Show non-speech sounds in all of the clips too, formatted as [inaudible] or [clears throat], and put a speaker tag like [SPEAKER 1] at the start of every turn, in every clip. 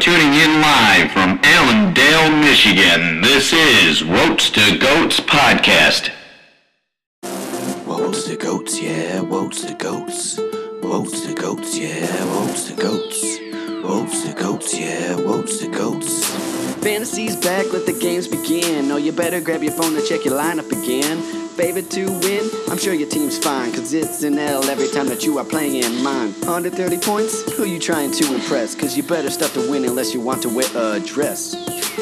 [SPEAKER 1] tuning in live from Allendale, Michigan. This is Roads to Goats Podcast.
[SPEAKER 2] Woats to goats, yeah, woats to goats. Woats to goats, yeah, woats to goats. Woats to goats, yeah, woats to goats.
[SPEAKER 3] Fantasy's back, let the games begin. Oh, you better grab your phone to check your lineup again. Favored to win? I'm sure your team's fine, cause it's an L every time that you are playing mine. Under 30 points? Who you trying to impress? Cause you better stop to win unless you want to wear a dress.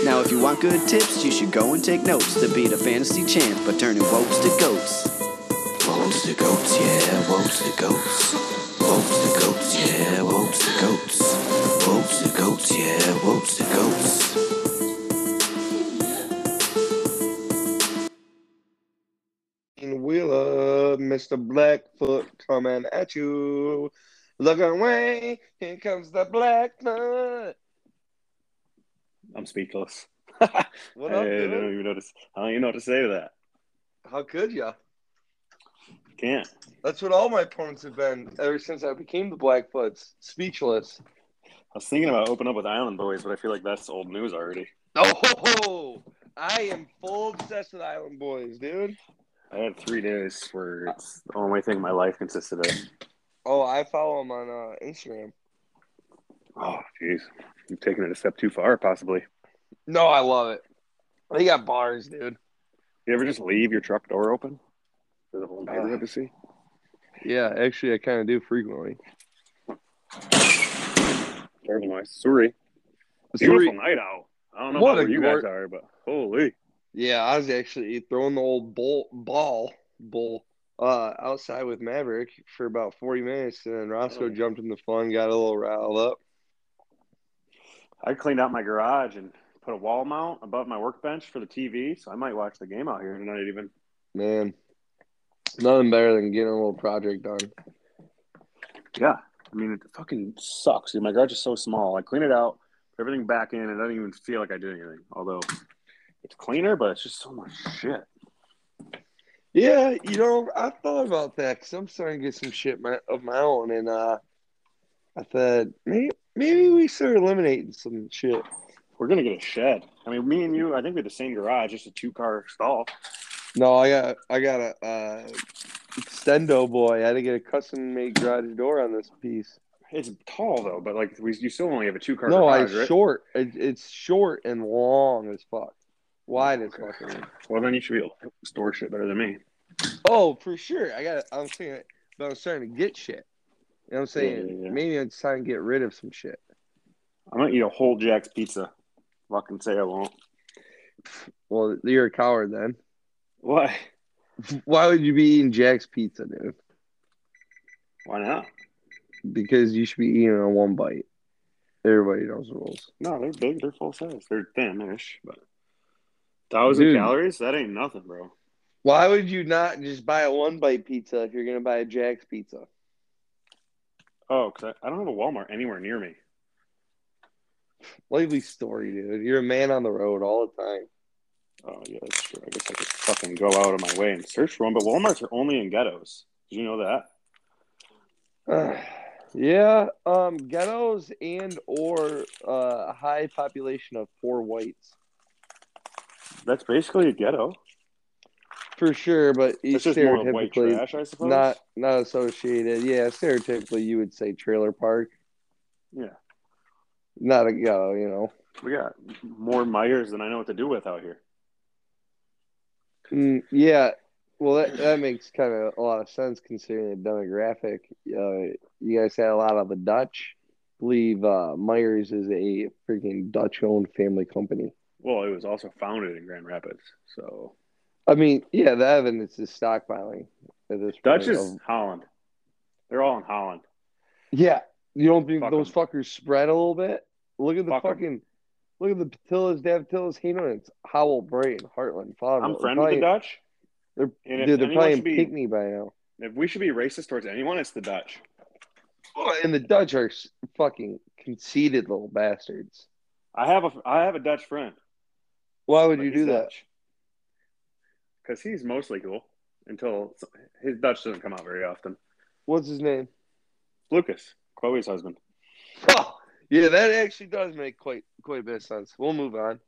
[SPEAKER 3] Now, if you want good tips, you should go and take notes to beat a fantasy champ by turning votes to goats.
[SPEAKER 2] Woats to goats, yeah, woats to goats. Woats to goats, yeah, woats to goats. Woats to goats, yeah, woats to goats.
[SPEAKER 4] And Wheeler, Mr. Blackfoot coming at you. Look away, here comes the Blackfoot.
[SPEAKER 5] I'm speechless.
[SPEAKER 4] What
[SPEAKER 5] I
[SPEAKER 4] up,
[SPEAKER 5] don't
[SPEAKER 4] dude?
[SPEAKER 5] even know to, s- I don't even know what to say to that.
[SPEAKER 4] How could ya?
[SPEAKER 5] Can't.
[SPEAKER 4] That's what all my opponents have been ever since I became the Blackfoots. Speechless.
[SPEAKER 5] I was thinking about opening up with Island Boys, but I feel like that's old news already.
[SPEAKER 4] Oh, I am full obsessed with Island Boys, dude.
[SPEAKER 5] I had three days where it's the only thing my life consisted of.
[SPEAKER 4] Oh, I follow them on uh, Instagram.
[SPEAKER 5] Oh, jeez. You've taken it a step too far, possibly.
[SPEAKER 4] No, I love it. They got bars, dude.
[SPEAKER 5] You ever just leave your truck door open for the whole neighborhood to see?
[SPEAKER 4] Yeah, actually, I kind of do frequently.
[SPEAKER 5] Terrible noise. Sorry. Beautiful night out. I don't know
[SPEAKER 4] What
[SPEAKER 5] what
[SPEAKER 4] a
[SPEAKER 5] you
[SPEAKER 4] glor-
[SPEAKER 5] guys are, but holy.
[SPEAKER 4] Yeah, I was actually throwing the old bowl, ball bull uh, outside with Maverick for about 40 minutes, and then Roscoe
[SPEAKER 5] Oh.
[SPEAKER 4] jumped in the fun, got a little riled up.
[SPEAKER 5] I cleaned out my garage and put a wall mount above my workbench for the TV, so I might watch the game out here tonight even.
[SPEAKER 4] Man, nothing better than getting a little project done.
[SPEAKER 5] Yeah. I mean, it fucking sucks. Dude. My garage is so small. I clean it out, put everything back in. It doesn't even feel like I did anything. Although it's cleaner, but it's just so much shit.
[SPEAKER 4] Yeah, you know, I thought about that because I'm starting to get some shit my, of my own, and uh, I thought maybe, maybe we start eliminating some shit.
[SPEAKER 5] We're going to get a shed. I mean, me and you, I think we had the same garage, just a two car stall.
[SPEAKER 4] No, I got I got a uh, extendo boy. I had to get a custom made garage door on this piece.
[SPEAKER 5] It's tall, though, but like we, you still only have a two car
[SPEAKER 4] No, I
[SPEAKER 5] garage, right?
[SPEAKER 4] short. It, it's short and long as fuck. Wide as
[SPEAKER 5] Okay.
[SPEAKER 4] fuck. it is.
[SPEAKER 5] Well, then you should be able to store shit better than me.
[SPEAKER 4] Oh, for sure. I got. I'm saying, it, but I'm starting to get shit. You know what I'm saying?
[SPEAKER 5] Yeah, yeah, yeah.
[SPEAKER 4] Maybe it's time to get rid of some shit.
[SPEAKER 5] I'm going to eat a whole Jack's pizza. Fucking say I won't.
[SPEAKER 4] Well, you're a coward then.
[SPEAKER 5] Why?
[SPEAKER 4] Why would you be eating Jack's pizza, dude?
[SPEAKER 5] Why not?
[SPEAKER 4] Because you should be eating on one bite. Everybody knows the rules.
[SPEAKER 5] No, they're big. They're full size. They're thin-ish, but thousand
[SPEAKER 4] Dude.
[SPEAKER 5] calories? That ain't nothing, bro.
[SPEAKER 4] Why would you not just buy a one bite pizza if you're gonna buy a Jack's pizza?
[SPEAKER 5] Oh, because I, I don't have a Walmart anywhere near me.
[SPEAKER 4] Lively story, dude. You're a man on the road all the time.
[SPEAKER 5] Oh, yeah, that's true. I guess I could fucking go out of my way and search for one, but Walmarts are only in ghettos. Did you know that?
[SPEAKER 4] [sighs] yeah, um, ghettos and or uh, high population of poor whites
[SPEAKER 5] That's basically a ghetto.
[SPEAKER 4] for sure, but
[SPEAKER 5] It's just more of white
[SPEAKER 4] stereotypically
[SPEAKER 5] trash, I suppose.
[SPEAKER 4] not not associated. Yeah, stereotypically you would say trailer park,
[SPEAKER 5] Yeah,
[SPEAKER 4] not a ghetto. You know,
[SPEAKER 5] we got more Myers than I know what to do with out here.
[SPEAKER 4] Mm, yeah. Well, that, that makes kind of a lot of sense considering the demographic. Uh, you guys had a lot of the Dutch. I believe uh, Myers is a freaking Dutch-owned family company.
[SPEAKER 5] Well, it was also founded in Grand Rapids, so
[SPEAKER 4] I mean, yeah, the evidence is stockpiling at this
[SPEAKER 5] Dutch
[SPEAKER 4] point. Um,
[SPEAKER 5] is
[SPEAKER 4] of-
[SPEAKER 5] Holland. They're all in Holland.
[SPEAKER 4] yeah, you don't think
[SPEAKER 5] Fuck
[SPEAKER 4] those
[SPEAKER 5] 'em.
[SPEAKER 4] fuckers spread a little bit? Look at the
[SPEAKER 5] Fuck 'em.
[SPEAKER 4] fucking, look at the Patillas, Davitillas, Hainonens, Howell, Brayton, Heartland, Fondle.
[SPEAKER 5] I'm
[SPEAKER 4] They're
[SPEAKER 5] friends with
[SPEAKER 4] probably-
[SPEAKER 5] the Dutch.
[SPEAKER 4] They're-
[SPEAKER 5] and if
[SPEAKER 4] Dude, they're
[SPEAKER 5] anyone
[SPEAKER 4] playing
[SPEAKER 5] should be-
[SPEAKER 4] Pickney by now.
[SPEAKER 5] If we should be racist towards anyone, it's the Dutch.
[SPEAKER 4] And the Dutch are s- fucking conceited little bastards.
[SPEAKER 5] I have a I have a Dutch friend.
[SPEAKER 4] Why would you do that?
[SPEAKER 5] Because he's mostly cool until his Dutch doesn't come out very often.
[SPEAKER 4] [laughs] What's his name?
[SPEAKER 5] Lucas, Chloe's husband.
[SPEAKER 4] Oh, Yeah, that actually does make quite quite a bit of sense. We'll move on.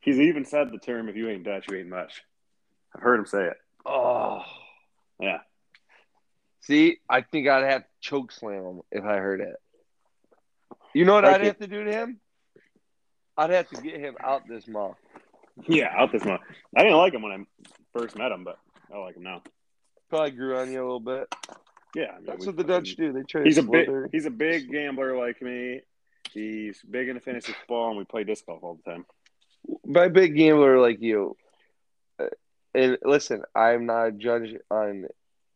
[SPEAKER 5] He's even said the term "if you ain't Dutch, you ain't much." I've heard him say it. [laughs]
[SPEAKER 4] Oh,
[SPEAKER 5] Yeah,
[SPEAKER 4] see, I think I'd have to choke slam him if I heard it. You know what
[SPEAKER 5] Like
[SPEAKER 4] I'd
[SPEAKER 5] it.
[SPEAKER 4] have to do to him? I'd have to get him out this mouth.
[SPEAKER 5] yeah, out this month. I didn't like him when I first met him, but I like him now.
[SPEAKER 4] Probably grew on you a little bit.
[SPEAKER 5] Yeah, I mean,
[SPEAKER 4] That's
[SPEAKER 5] we
[SPEAKER 4] what the
[SPEAKER 5] fucking-
[SPEAKER 4] Dutch do. They try
[SPEAKER 5] He's
[SPEAKER 4] to
[SPEAKER 5] a
[SPEAKER 4] slow
[SPEAKER 5] big
[SPEAKER 4] their-
[SPEAKER 5] he's a big gambler like me. He's big into fantasy football, and we play disc golf all the time.
[SPEAKER 4] by big gambler like you. uh, And listen, I'm not a judge on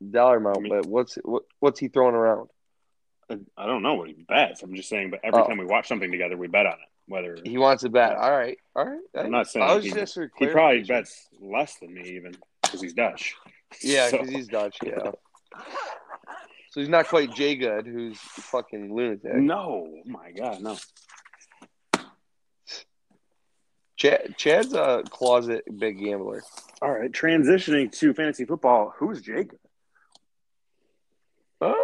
[SPEAKER 4] dollar amount,
[SPEAKER 5] Me-
[SPEAKER 4] but what's what, what's he throwing around?
[SPEAKER 5] I don't know what he bets. I'm just saying, but every
[SPEAKER 4] Oh.
[SPEAKER 5] time we watch something together, we bet on it. Whether
[SPEAKER 4] He wants a bet. All right, all right.
[SPEAKER 5] I'm not saying
[SPEAKER 4] I was
[SPEAKER 5] he-
[SPEAKER 4] just for
[SPEAKER 5] he probably
[SPEAKER 4] clarification.
[SPEAKER 5] bets less than me, even because he's Dutch. [laughs]
[SPEAKER 4] Yeah,
[SPEAKER 5] So-
[SPEAKER 4] because he's Dutch. Yeah. So he's not quite Jay Good, who's a fucking lunatic.
[SPEAKER 5] no, oh my God, no.
[SPEAKER 4] Chad, Chad's a closet big gambler.
[SPEAKER 5] All right, transitioning to fantasy football. Who's Jake?
[SPEAKER 4] Um,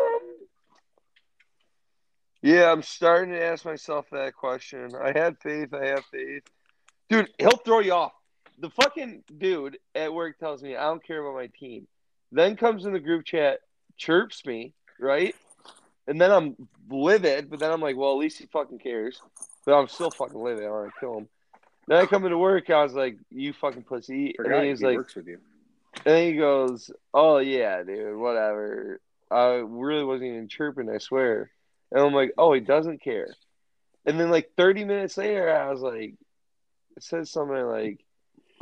[SPEAKER 4] yeah, I'm starting to ask myself that question. I had faith. I have faith. Dude, he'll throw you off. The fucking dude at work tells me I don't care about my team. Then comes in the group chat, chirps me, right? And then I'm livid, but then I'm like, well, at least he fucking cares. But I'm still fucking livid. I want to kill him. Then I come into work. I was like, you fucking pussy. And then he's
[SPEAKER 5] he
[SPEAKER 4] like,
[SPEAKER 5] works with you.
[SPEAKER 4] and then he goes, "Oh yeah, dude, whatever. I really wasn't even chirping, I swear." And I'm like, "Oh, he doesn't care." And then like 30 minutes later, I was like, it says something like,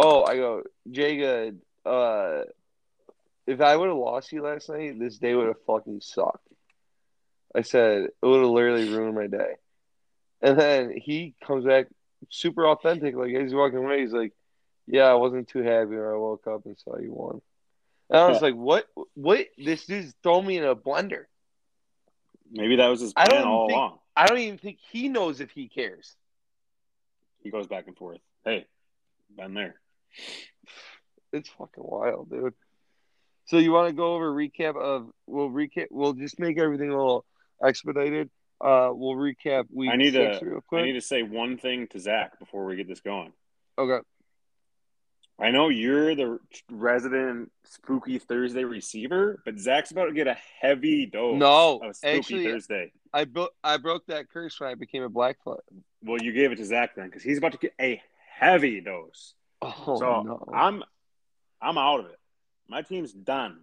[SPEAKER 4] "Oh, I go, Jaga, uh, if I would have lost you last night, this day would have fucking sucked." I said it would have literally ruined my day. And then he comes back super authentic, like as he's walking away, he's like yeah, I wasn't too happy when I woke up and saw you won. And I was like, what? What? This dude's throwing me in a blender.
[SPEAKER 5] Maybe that was his
[SPEAKER 4] I
[SPEAKER 5] plan
[SPEAKER 4] don't
[SPEAKER 5] all
[SPEAKER 4] think-
[SPEAKER 5] along.
[SPEAKER 4] I don't even think he knows if he cares.
[SPEAKER 5] He goes back and forth. Hey, been there.
[SPEAKER 4] It's fucking wild, dude. So you want to go over recap of? We'll recap. We'll just make everything a little expedited. Uh, we'll recap week
[SPEAKER 5] I need
[SPEAKER 4] six
[SPEAKER 5] to-
[SPEAKER 4] real
[SPEAKER 5] I
[SPEAKER 4] quick.
[SPEAKER 5] need to say one thing to Zach before we get this going.
[SPEAKER 4] Okay.
[SPEAKER 5] I know you're the resident spooky Thursday receiver, but Zach's about to get a heavy dose
[SPEAKER 4] No,
[SPEAKER 5] of spooky
[SPEAKER 4] actually,
[SPEAKER 5] Thursday.
[SPEAKER 4] I broke. I broke that curse when I became a blackfoot.
[SPEAKER 5] Well, you gave it to Zach then because he's about to get a heavy dose.
[SPEAKER 4] Oh
[SPEAKER 5] so
[SPEAKER 4] no!
[SPEAKER 5] I'm, I'm out of it. My team's done.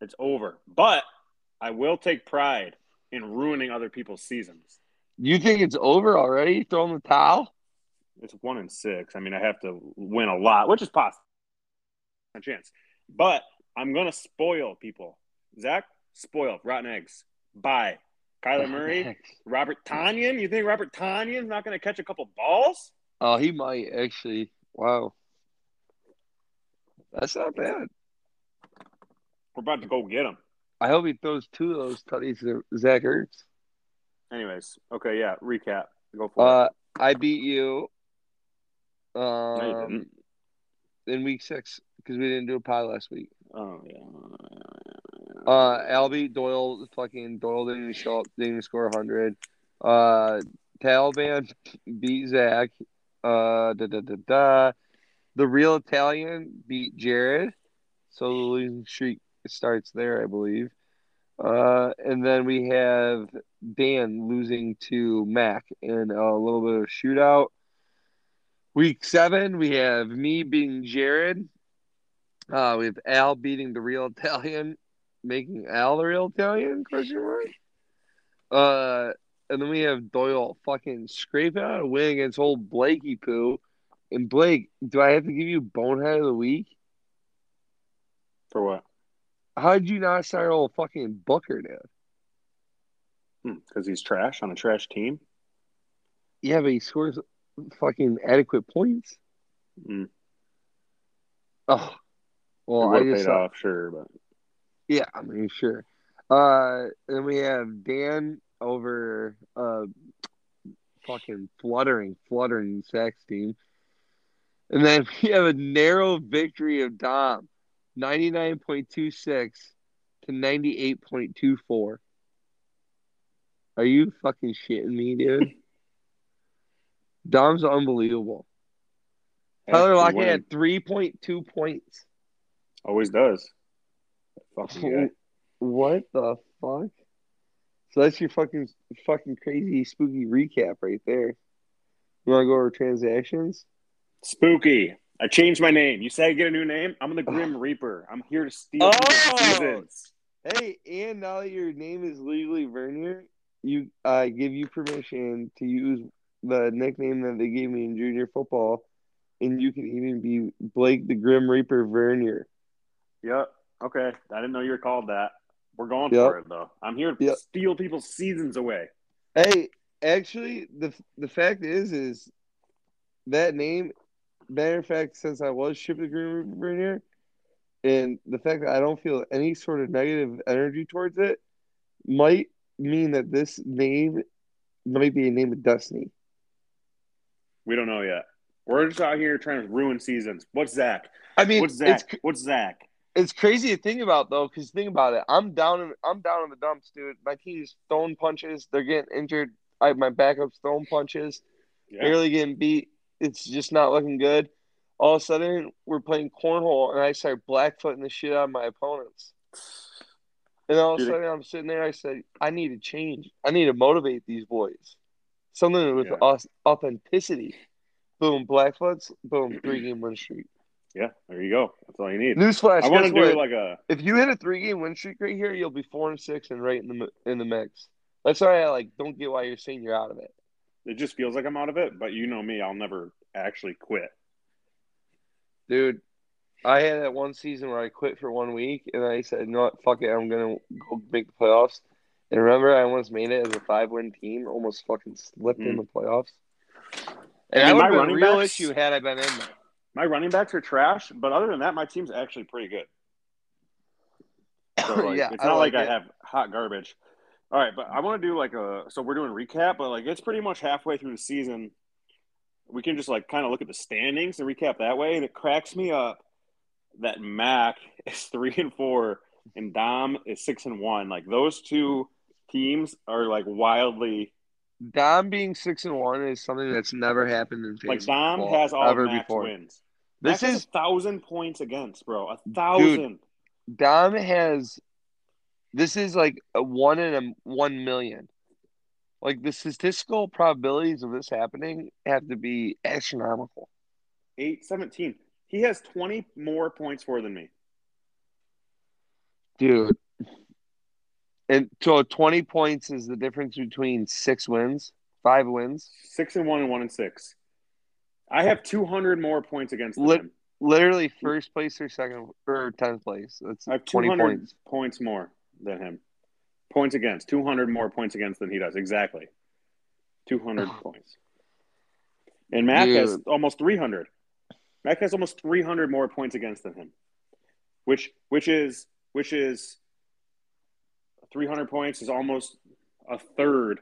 [SPEAKER 5] It's over. But I will take pride in ruining other people's seasons.
[SPEAKER 4] you think it's over already? Throwing the towel?
[SPEAKER 5] It's one in six. I mean, I have to win a lot, which is possible. A chance. But I'm going to spoil people. Zach, spoil. Rotten eggs. Bye.
[SPEAKER 4] [laughs]
[SPEAKER 5] Kyler Murray, Robert Tanyan. You think Robert Tanyan's not going to catch a couple balls?
[SPEAKER 4] Oh, he might actually. Wow. That's not bad.
[SPEAKER 5] We're about to go get him.
[SPEAKER 4] I hope he throws two of those tutties to Zach Ertz.
[SPEAKER 5] Anyways, okay, yeah, recap. Go for it.
[SPEAKER 4] Uh, I beat you. Um,
[SPEAKER 5] No, you didn't.
[SPEAKER 4] in week six because we didn't do a pod last week.
[SPEAKER 5] Oh, yeah.
[SPEAKER 4] Uh, Al beat Doyle. Fucking Doyle didn't even show up. Didn't even score hundred. Uh, Taliban [laughs] beat Zach. Uh, da da da da. The real Italian beat Jared. So the losing streak starts there, I believe. Uh, and then we have Dan losing to Mac in a little bit of shootout. Week seven, we have me beating Jared. Uh, we have Al beating the real Italian, making Al the real Italian? Question mark. Uh, and then we have Doyle fucking scraping out a win against old Blakey poo. And Blake, do I have to give you bonehead of the week?
[SPEAKER 5] For what?
[SPEAKER 4] How'd you not start old fucking Booker, dude?
[SPEAKER 5] Because Hmm, he's trash on a trash team.
[SPEAKER 4] Yeah, but he scores fucking adequate points.
[SPEAKER 5] Mm.
[SPEAKER 4] Oh,
[SPEAKER 5] It
[SPEAKER 4] well, I
[SPEAKER 5] would've
[SPEAKER 4] just
[SPEAKER 5] paid
[SPEAKER 4] saw-
[SPEAKER 5] off, sure, but
[SPEAKER 4] Yeah, I mean, sure. Uh, and we have Dan over uh, fucking fluttering, fluttering Zach's team. And then [laughs] we have a narrow victory of Dom, 99.26 to 98.24. Are you fucking shitting me, dude? Dom's unbelievable. Tyler Lockett had 3.2 points.
[SPEAKER 5] Always does.
[SPEAKER 4] [laughs]
[SPEAKER 5] Fucking guy.
[SPEAKER 4] What the fuck? So that's your fucking fucking crazy spooky recap right there. You want to go over transactions?
[SPEAKER 5] Spooky. I changed my name. You say I get a new name? I'm
[SPEAKER 4] [sighs]
[SPEAKER 5] the Grim Reaper. I'm here to steal
[SPEAKER 4] Oh!
[SPEAKER 5] people's seasons.
[SPEAKER 4] Hey, and now that your name is legally Vernier, you I give you permission to use the nickname that they gave me in junior football, and you can even be Blake the Grim Reaper Vernier.
[SPEAKER 5] Yep. Okay. I didn't know you were called that. We're going
[SPEAKER 4] Yep.
[SPEAKER 5] for it though. I'm here to
[SPEAKER 4] Yep.
[SPEAKER 5] steal people's seasons away.
[SPEAKER 4] Hey, actually, the the fact is, is that name. Matter of fact, since I was shipped to Green River Rainier, and the fact that I don't feel any sort of negative energy towards it, might mean that this name might be a name of destiny.
[SPEAKER 5] We don't know yet. We're just out here trying to ruin seasons. What's Zach?
[SPEAKER 4] I mean,
[SPEAKER 5] What's
[SPEAKER 4] it's
[SPEAKER 5] Zach? What's Zach?
[SPEAKER 4] it's crazy to think about though, because think about it. I'm down. In, I'm down in the dumps, dude. My team's throwing punches. They're getting injured. I my backups throwing punches.
[SPEAKER 5] Yeah.
[SPEAKER 4] barely getting beat. It's just not looking good. All of a sudden, we're playing cornhole, and I start blackfooting the shit out of my opponents. And all of a
[SPEAKER 5] Dude.
[SPEAKER 4] sudden, I'm sitting there. I said, I need to change. I need to motivate these boys. Something with
[SPEAKER 5] Yeah.
[SPEAKER 4] aus- authenticity. Boom, blackfoots.
[SPEAKER 5] [clears throat]
[SPEAKER 4] Boom, three game win streak.
[SPEAKER 5] Yeah. There you go. That's all you need.
[SPEAKER 4] Newsflash:
[SPEAKER 5] I want
[SPEAKER 4] guess
[SPEAKER 5] to do
[SPEAKER 4] what?
[SPEAKER 5] like a.
[SPEAKER 4] if you hit a three game win streak right here, you'll be four and six and right in the mi- in the mix. That's why I like don't get why you're saying you're out of it.
[SPEAKER 5] It just feels like I'm out of it, but you know me. I'll never actually quit.
[SPEAKER 4] Dude, I had that one season where I quit for one week and I said, no, fuck it, I'm gonna go make the playoffs. And remember, I almost made it as a five win team, almost fucking slipped in
[SPEAKER 5] Mm.
[SPEAKER 4] the playoffs. And
[SPEAKER 5] I
[SPEAKER 4] I
[SPEAKER 5] mean,
[SPEAKER 4] would
[SPEAKER 5] my
[SPEAKER 4] have been a
[SPEAKER 5] running
[SPEAKER 4] real
[SPEAKER 5] backs-
[SPEAKER 4] issue had I been in there.
[SPEAKER 5] My running backs are trash, but other than that, my team's actually pretty good.
[SPEAKER 4] [laughs]
[SPEAKER 5] So like,
[SPEAKER 4] Yeah,
[SPEAKER 5] it's
[SPEAKER 4] I
[SPEAKER 5] not
[SPEAKER 4] like
[SPEAKER 5] like,
[SPEAKER 4] it.
[SPEAKER 5] I have hot garbage. All right, but I want to do like a so we're doing recap, but like it's pretty much halfway through the season. We can just like kind of look at the standings and recap that way, and it cracks me up that Mac [laughs] is three and four and Dom is six and one. Like those two teams are like wildly
[SPEAKER 4] Dom being six and one is something that's never happened in
[SPEAKER 5] like
[SPEAKER 4] fantasy
[SPEAKER 5] Dom
[SPEAKER 4] football
[SPEAKER 5] has all
[SPEAKER 4] ever
[SPEAKER 5] Mac's
[SPEAKER 4] before.
[SPEAKER 5] wins.
[SPEAKER 4] This
[SPEAKER 5] Mac has
[SPEAKER 4] is
[SPEAKER 5] a thousand points against, bro. A thousand.
[SPEAKER 4] Dom has this is like a one in a one million. Like the statistical probabilities of this happening have to be astronomical.
[SPEAKER 5] Eight seventeen. He has twenty more points more than me.
[SPEAKER 4] Dude. And so 20 points is the difference between six wins, five wins.
[SPEAKER 5] six and one and one and six. I have two hundred more points against them.
[SPEAKER 4] Lit- Literally first place or second or 10th place. That's
[SPEAKER 5] Hmm. I have
[SPEAKER 4] 20
[SPEAKER 5] two hundred
[SPEAKER 4] points.
[SPEAKER 5] points more than him. Points against two hundred more points against than he does exactly. Two hundred points, and Mac has
[SPEAKER 4] Dude.
[SPEAKER 5] almost three hundred. Mac has almost three hundred more points against than him, which which is which is three hundred points is almost a third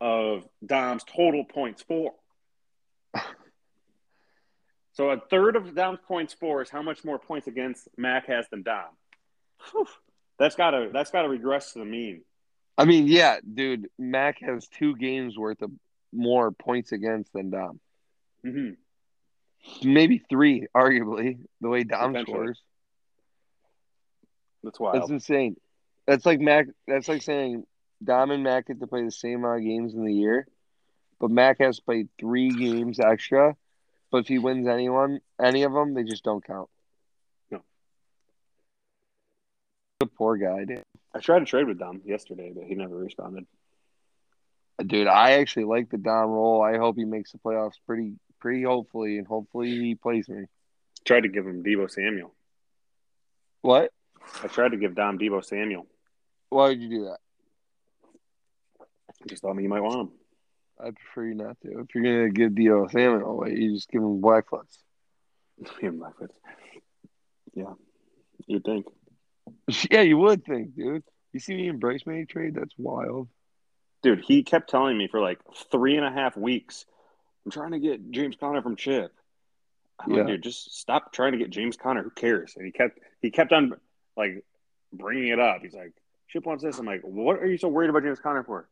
[SPEAKER 5] of Dom's total points for. So a third of Dom's points for is how much more points against Mac has than Dom. Whew. That's gotta that's gotta regress to the mean.
[SPEAKER 4] I mean, yeah, dude, Mac has two games worth of more points against than Dom.
[SPEAKER 5] hmm
[SPEAKER 4] Maybe three, arguably, the way Dom
[SPEAKER 5] Potentially.
[SPEAKER 4] scores.
[SPEAKER 5] That's
[SPEAKER 4] That's
[SPEAKER 5] wild.
[SPEAKER 4] insane. That's like Mac. That's like saying Dom and Mac get to play the same amount of games in the year, but Mac has to play three games extra. But if he wins anyone, any of them, they just don't count.
[SPEAKER 5] No.
[SPEAKER 4] The poor guy, dude.
[SPEAKER 5] I tried to trade with Dom yesterday, but he never responded.
[SPEAKER 4] Dude, I actually like the Dom role. I hope he makes the playoffs pretty, pretty hopefully, and hopefully he plays me.
[SPEAKER 5] Tried to give him Debo Samuel.
[SPEAKER 4] What?
[SPEAKER 5] I tried to give Dom Debo Samuel.
[SPEAKER 4] Why would you do that?
[SPEAKER 5] I just thought you might want him.
[SPEAKER 4] I prefer you not to. If you're gonna give Dio Samuel away, you just give him black flags.
[SPEAKER 5] Him [laughs] backwards. Yeah. You'd think.
[SPEAKER 4] [laughs] Yeah, you would think, dude. You see me embrace many trade? That's wild.
[SPEAKER 5] Dude, he kept telling me for like three and a half weeks, I'm trying to get James Conner from Chip. I'm like,
[SPEAKER 4] Yeah.
[SPEAKER 5] dude, just stop trying to get James Conner. Who cares? And he kept he kept on like bringing it up. He's like, Chip wants this. I'm like, what are you so worried about James Conner for?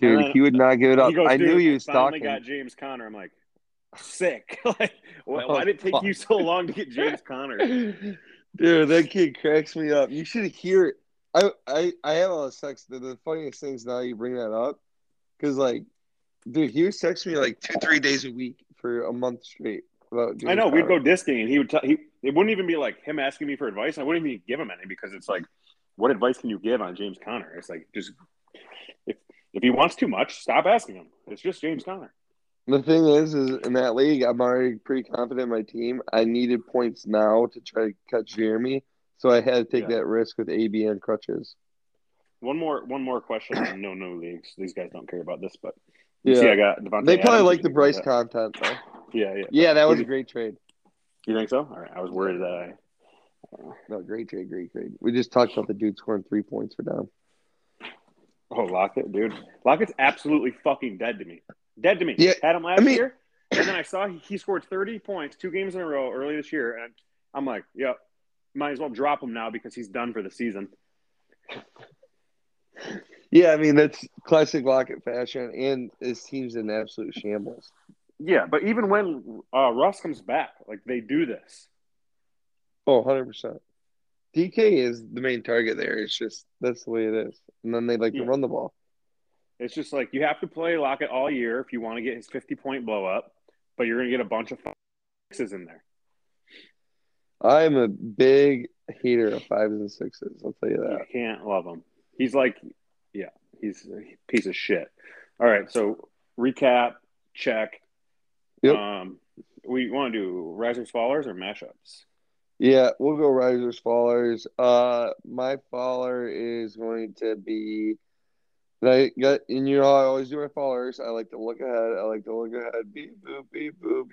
[SPEAKER 4] Dude,
[SPEAKER 5] And then
[SPEAKER 4] Uh, he would not give it up.
[SPEAKER 5] He goes,
[SPEAKER 4] I
[SPEAKER 5] "Dude,
[SPEAKER 4] knew he was
[SPEAKER 5] finally
[SPEAKER 4] stalking.
[SPEAKER 5] got James Conner. I'm like, sick. [laughs] like, why,
[SPEAKER 4] Oh,
[SPEAKER 5] why did it take you so long to get James Conner?
[SPEAKER 4] [laughs] Dude, that kid cracks me up. You should hear it. I I I have all the sex. The, the funniest things now you bring that up, because like, dude, he would text me like two three days a week for a month straight. Without
[SPEAKER 5] I know
[SPEAKER 4] James
[SPEAKER 5] we'd go
[SPEAKER 4] Conner.
[SPEAKER 5] disking, and he would. T- he it wouldn't even be like him asking me for advice. I wouldn't even give him any because it's like, what advice can you give on James Conner? It's like just if if he wants too much, stop asking him. It's just James Conner.
[SPEAKER 4] The thing is, is in that league, I'm already pretty confident in my team. I needed points now to try to catch Jeremy, so I had to take
[SPEAKER 5] Yeah.
[SPEAKER 4] that risk with AB and crutches.
[SPEAKER 5] One more one more question. on No no leagues. These guys don't care about this, but you
[SPEAKER 4] Yeah,
[SPEAKER 5] see, I got Devontae
[SPEAKER 4] they probably
[SPEAKER 5] Adams.
[SPEAKER 4] like the Bryce
[SPEAKER 5] Yeah,
[SPEAKER 4] content [laughs] though.
[SPEAKER 5] yeah, yeah.
[SPEAKER 4] Yeah, that was a great trade.
[SPEAKER 5] You think so? All right. I was worried that I
[SPEAKER 4] No, great trade, great trade. We just talked about the dude scoring three points for down.
[SPEAKER 5] Oh, Lockett, dude. Lockett's absolutely fucking dead to me. Dead to me.
[SPEAKER 4] Yeah,
[SPEAKER 5] Had him last
[SPEAKER 4] I mean-
[SPEAKER 5] year, and then I saw he, he scored 30 points two games in a row early this year, and I'm like, yep, might as well drop him now because he's done for the season.
[SPEAKER 4] Yeah, I mean that's classic Lockett fashion, and his team's in absolute shambles.
[SPEAKER 5] Yeah, but even when uh, Russ comes back, like they do this.
[SPEAKER 4] Oh, 100 percent. DK is the main target there. It's just that's the way it is, and then they like
[SPEAKER 5] Yeah.
[SPEAKER 4] to run the ball.
[SPEAKER 5] It's just like you have to play Lockett all year if you want to get his 50 point blow up, but you're going to get a bunch of fixes in there.
[SPEAKER 4] I'm a big hater of fives and sixes. I'll tell you
[SPEAKER 5] You
[SPEAKER 4] that.
[SPEAKER 5] can't love him. He's like, yeah, he's a piece of shit. All right, so recap, check.
[SPEAKER 4] Yep.
[SPEAKER 5] Um, we want to do risers, fallers, or mashups.
[SPEAKER 4] Yeah, we'll go risers, fallers. Uh, my faller is going to be. I got, and you know how I always do my fallers. I like to look ahead. I like to look ahead. Beep boop, beep boop.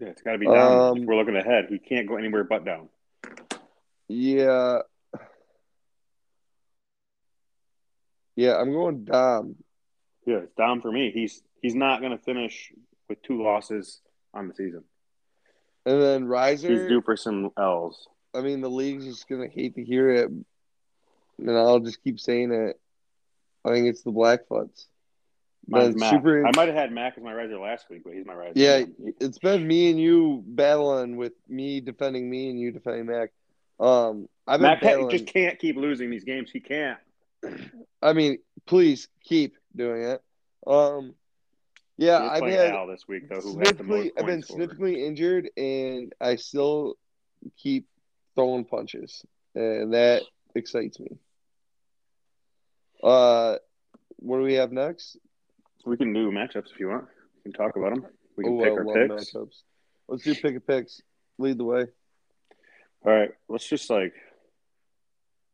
[SPEAKER 5] Yeah, it's got to be down.
[SPEAKER 4] Um,
[SPEAKER 5] if we're looking ahead, he can't go anywhere but down.
[SPEAKER 4] Yeah. Yeah, I'm going Dom.
[SPEAKER 5] Yeah, it's down for me. He's he's not going to finish with two losses on the season.
[SPEAKER 4] And then
[SPEAKER 5] He's
[SPEAKER 4] Riser,
[SPEAKER 5] due for some L's.
[SPEAKER 4] I mean, the league's just going to hate to hear it. And I'll just keep saying it. I think it's the Blackfoots.
[SPEAKER 5] Mine's
[SPEAKER 4] That's
[SPEAKER 5] Mac.
[SPEAKER 4] super-
[SPEAKER 5] I might have had Mac as my riser last week, but he's my riser.
[SPEAKER 4] Yeah, it's been me and you battling with me defending me and you defending Mac. Um, I've been
[SPEAKER 5] Mac ha-
[SPEAKER 4] battling.
[SPEAKER 5] just can't keep losing these games. He can't.
[SPEAKER 4] I mean, please keep doing it. Um, yeah,
[SPEAKER 5] He's
[SPEAKER 4] I've
[SPEAKER 5] playing
[SPEAKER 4] had
[SPEAKER 5] Al this week, though, who has the
[SPEAKER 4] significantly,
[SPEAKER 5] most
[SPEAKER 4] I've been
[SPEAKER 5] points scored.
[SPEAKER 4] significantly injured, and I still keep throwing punches, and that excites me. Uh, what do we have next?
[SPEAKER 5] We can do matchups if you want. We can talk about them. We can
[SPEAKER 4] Oh,
[SPEAKER 5] pick
[SPEAKER 4] I
[SPEAKER 5] our
[SPEAKER 4] love
[SPEAKER 5] picks.
[SPEAKER 4] matchups. Let's do pick a picks. Lead the way.
[SPEAKER 5] All right, let's just like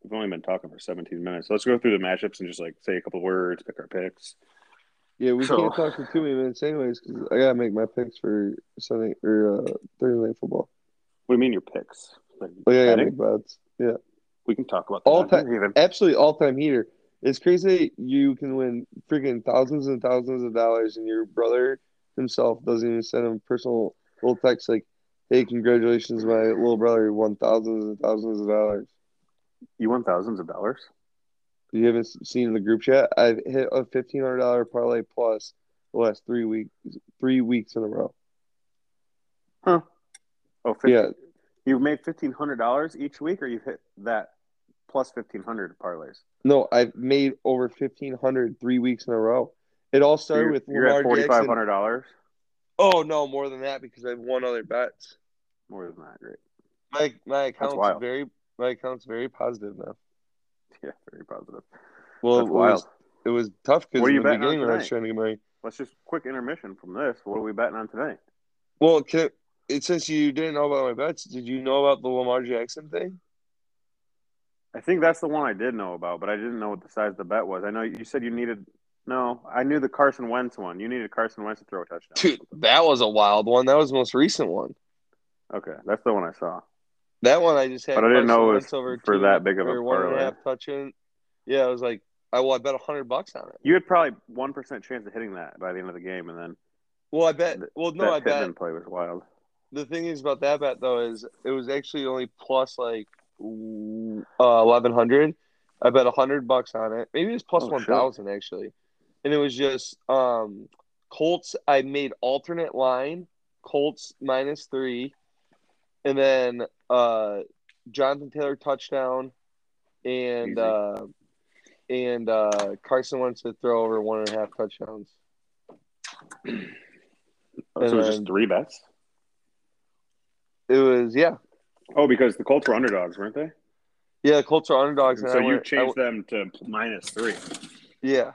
[SPEAKER 5] we've only been talking for 17 minutes. Let's go through the matchups and just like say a couple words, pick our picks.
[SPEAKER 4] Yeah, we
[SPEAKER 5] So-
[SPEAKER 4] can't talk for too many minutes, anyways, because I gotta make my picks for Sunday or uh, Thursday night football.
[SPEAKER 5] What do you mean your picks? Like,
[SPEAKER 4] Like, I gotta
[SPEAKER 5] betting?
[SPEAKER 4] make bets. Yeah,
[SPEAKER 5] we can talk about
[SPEAKER 4] All
[SPEAKER 5] that.
[SPEAKER 4] ti-
[SPEAKER 5] Even.
[SPEAKER 4] absolutely all time heater. It's crazy you can win freaking thousands and thousands of dollars, and your brother himself doesn't even send him personal little text like, "Hey, congratulations, my little brother won thousands and thousands of dollars."
[SPEAKER 5] You won thousands of dollars.
[SPEAKER 4] You haven't s- seen the group chat. I've hit a fifteen hundred dollar parlay plus the last three weeks, three weeks in a row.
[SPEAKER 5] Oh, 50,
[SPEAKER 4] Yeah,
[SPEAKER 5] You've made $1,500 each week, or you've hit that plus 1500 parlays?
[SPEAKER 4] No, I've made over 1500 three weeks in a row. It all
[SPEAKER 5] So
[SPEAKER 4] started
[SPEAKER 5] you're-
[SPEAKER 4] with
[SPEAKER 5] you're at
[SPEAKER 4] Lamar Jackson.
[SPEAKER 5] $4,500.
[SPEAKER 4] Oh no, more than that because I've won other bets.
[SPEAKER 5] More than that, great. [laughs]
[SPEAKER 4] My my account's
[SPEAKER 5] wild.
[SPEAKER 4] very my account's very positive now.
[SPEAKER 5] Yeah, very positive.
[SPEAKER 4] Well,
[SPEAKER 5] That's
[SPEAKER 4] it
[SPEAKER 5] wild.
[SPEAKER 4] was it was tough because
[SPEAKER 5] What are
[SPEAKER 4] in
[SPEAKER 5] you
[SPEAKER 4] the
[SPEAKER 5] betting on
[SPEAKER 4] beginning when I was
[SPEAKER 5] tonight?
[SPEAKER 4] trying to get money.
[SPEAKER 5] Let's just quick intermission from this. What are we betting on today?
[SPEAKER 4] Well, can it, it, since you didn't know about my bets, did you know about the Lamar Jackson thing?
[SPEAKER 5] I think that's the one I did know about, but I didn't know what the size of the bet was. I know you said you needed. No, I knew the Carson Wentz one. You needed Carson Wentz to throw a touchdown.
[SPEAKER 4] Dude, that was a wild one. That was the most recent one.
[SPEAKER 5] Okay, that's the one I saw.
[SPEAKER 4] That one I just had.
[SPEAKER 5] But I didn't
[SPEAKER 4] Carson
[SPEAKER 5] know it was
[SPEAKER 4] Wentz over
[SPEAKER 5] for
[SPEAKER 4] two
[SPEAKER 5] that big of a
[SPEAKER 4] or one and a
[SPEAKER 5] parlay.
[SPEAKER 4] half touchdown. Yeah, I was like, I well, I bet hundred bucks on it.
[SPEAKER 5] You had probably one percent chance of hitting that by the end of the game, and then
[SPEAKER 4] Well, I bet.
[SPEAKER 5] Th-
[SPEAKER 4] Well, no,
[SPEAKER 5] that
[SPEAKER 4] I
[SPEAKER 5] Pittman
[SPEAKER 4] bet.
[SPEAKER 5] play was wild.
[SPEAKER 4] The thing is about that bet though is it was actually only plus like uh, eleven hundred. I bet hundred bucks on it. Maybe it was plus
[SPEAKER 5] Oh, shit.
[SPEAKER 4] one thousand actually. and it was just um Colts. I made alternate line Colts minus three, and then uh Jonathan Taylor touchdown, and
[SPEAKER 5] Easy.
[SPEAKER 4] uh and uh Carson wants to throw over one and a half touchdowns.
[SPEAKER 5] Oh, so it was
[SPEAKER 4] Um,
[SPEAKER 5] just three bets.
[SPEAKER 4] It was yeah,
[SPEAKER 5] Oh, because the Colts were underdogs, weren't they?
[SPEAKER 4] yeah. The Colts are underdogs. and
[SPEAKER 5] So
[SPEAKER 4] I
[SPEAKER 5] you
[SPEAKER 4] went- I
[SPEAKER 5] changed
[SPEAKER 4] went-
[SPEAKER 5] them to minus three.
[SPEAKER 4] yeah.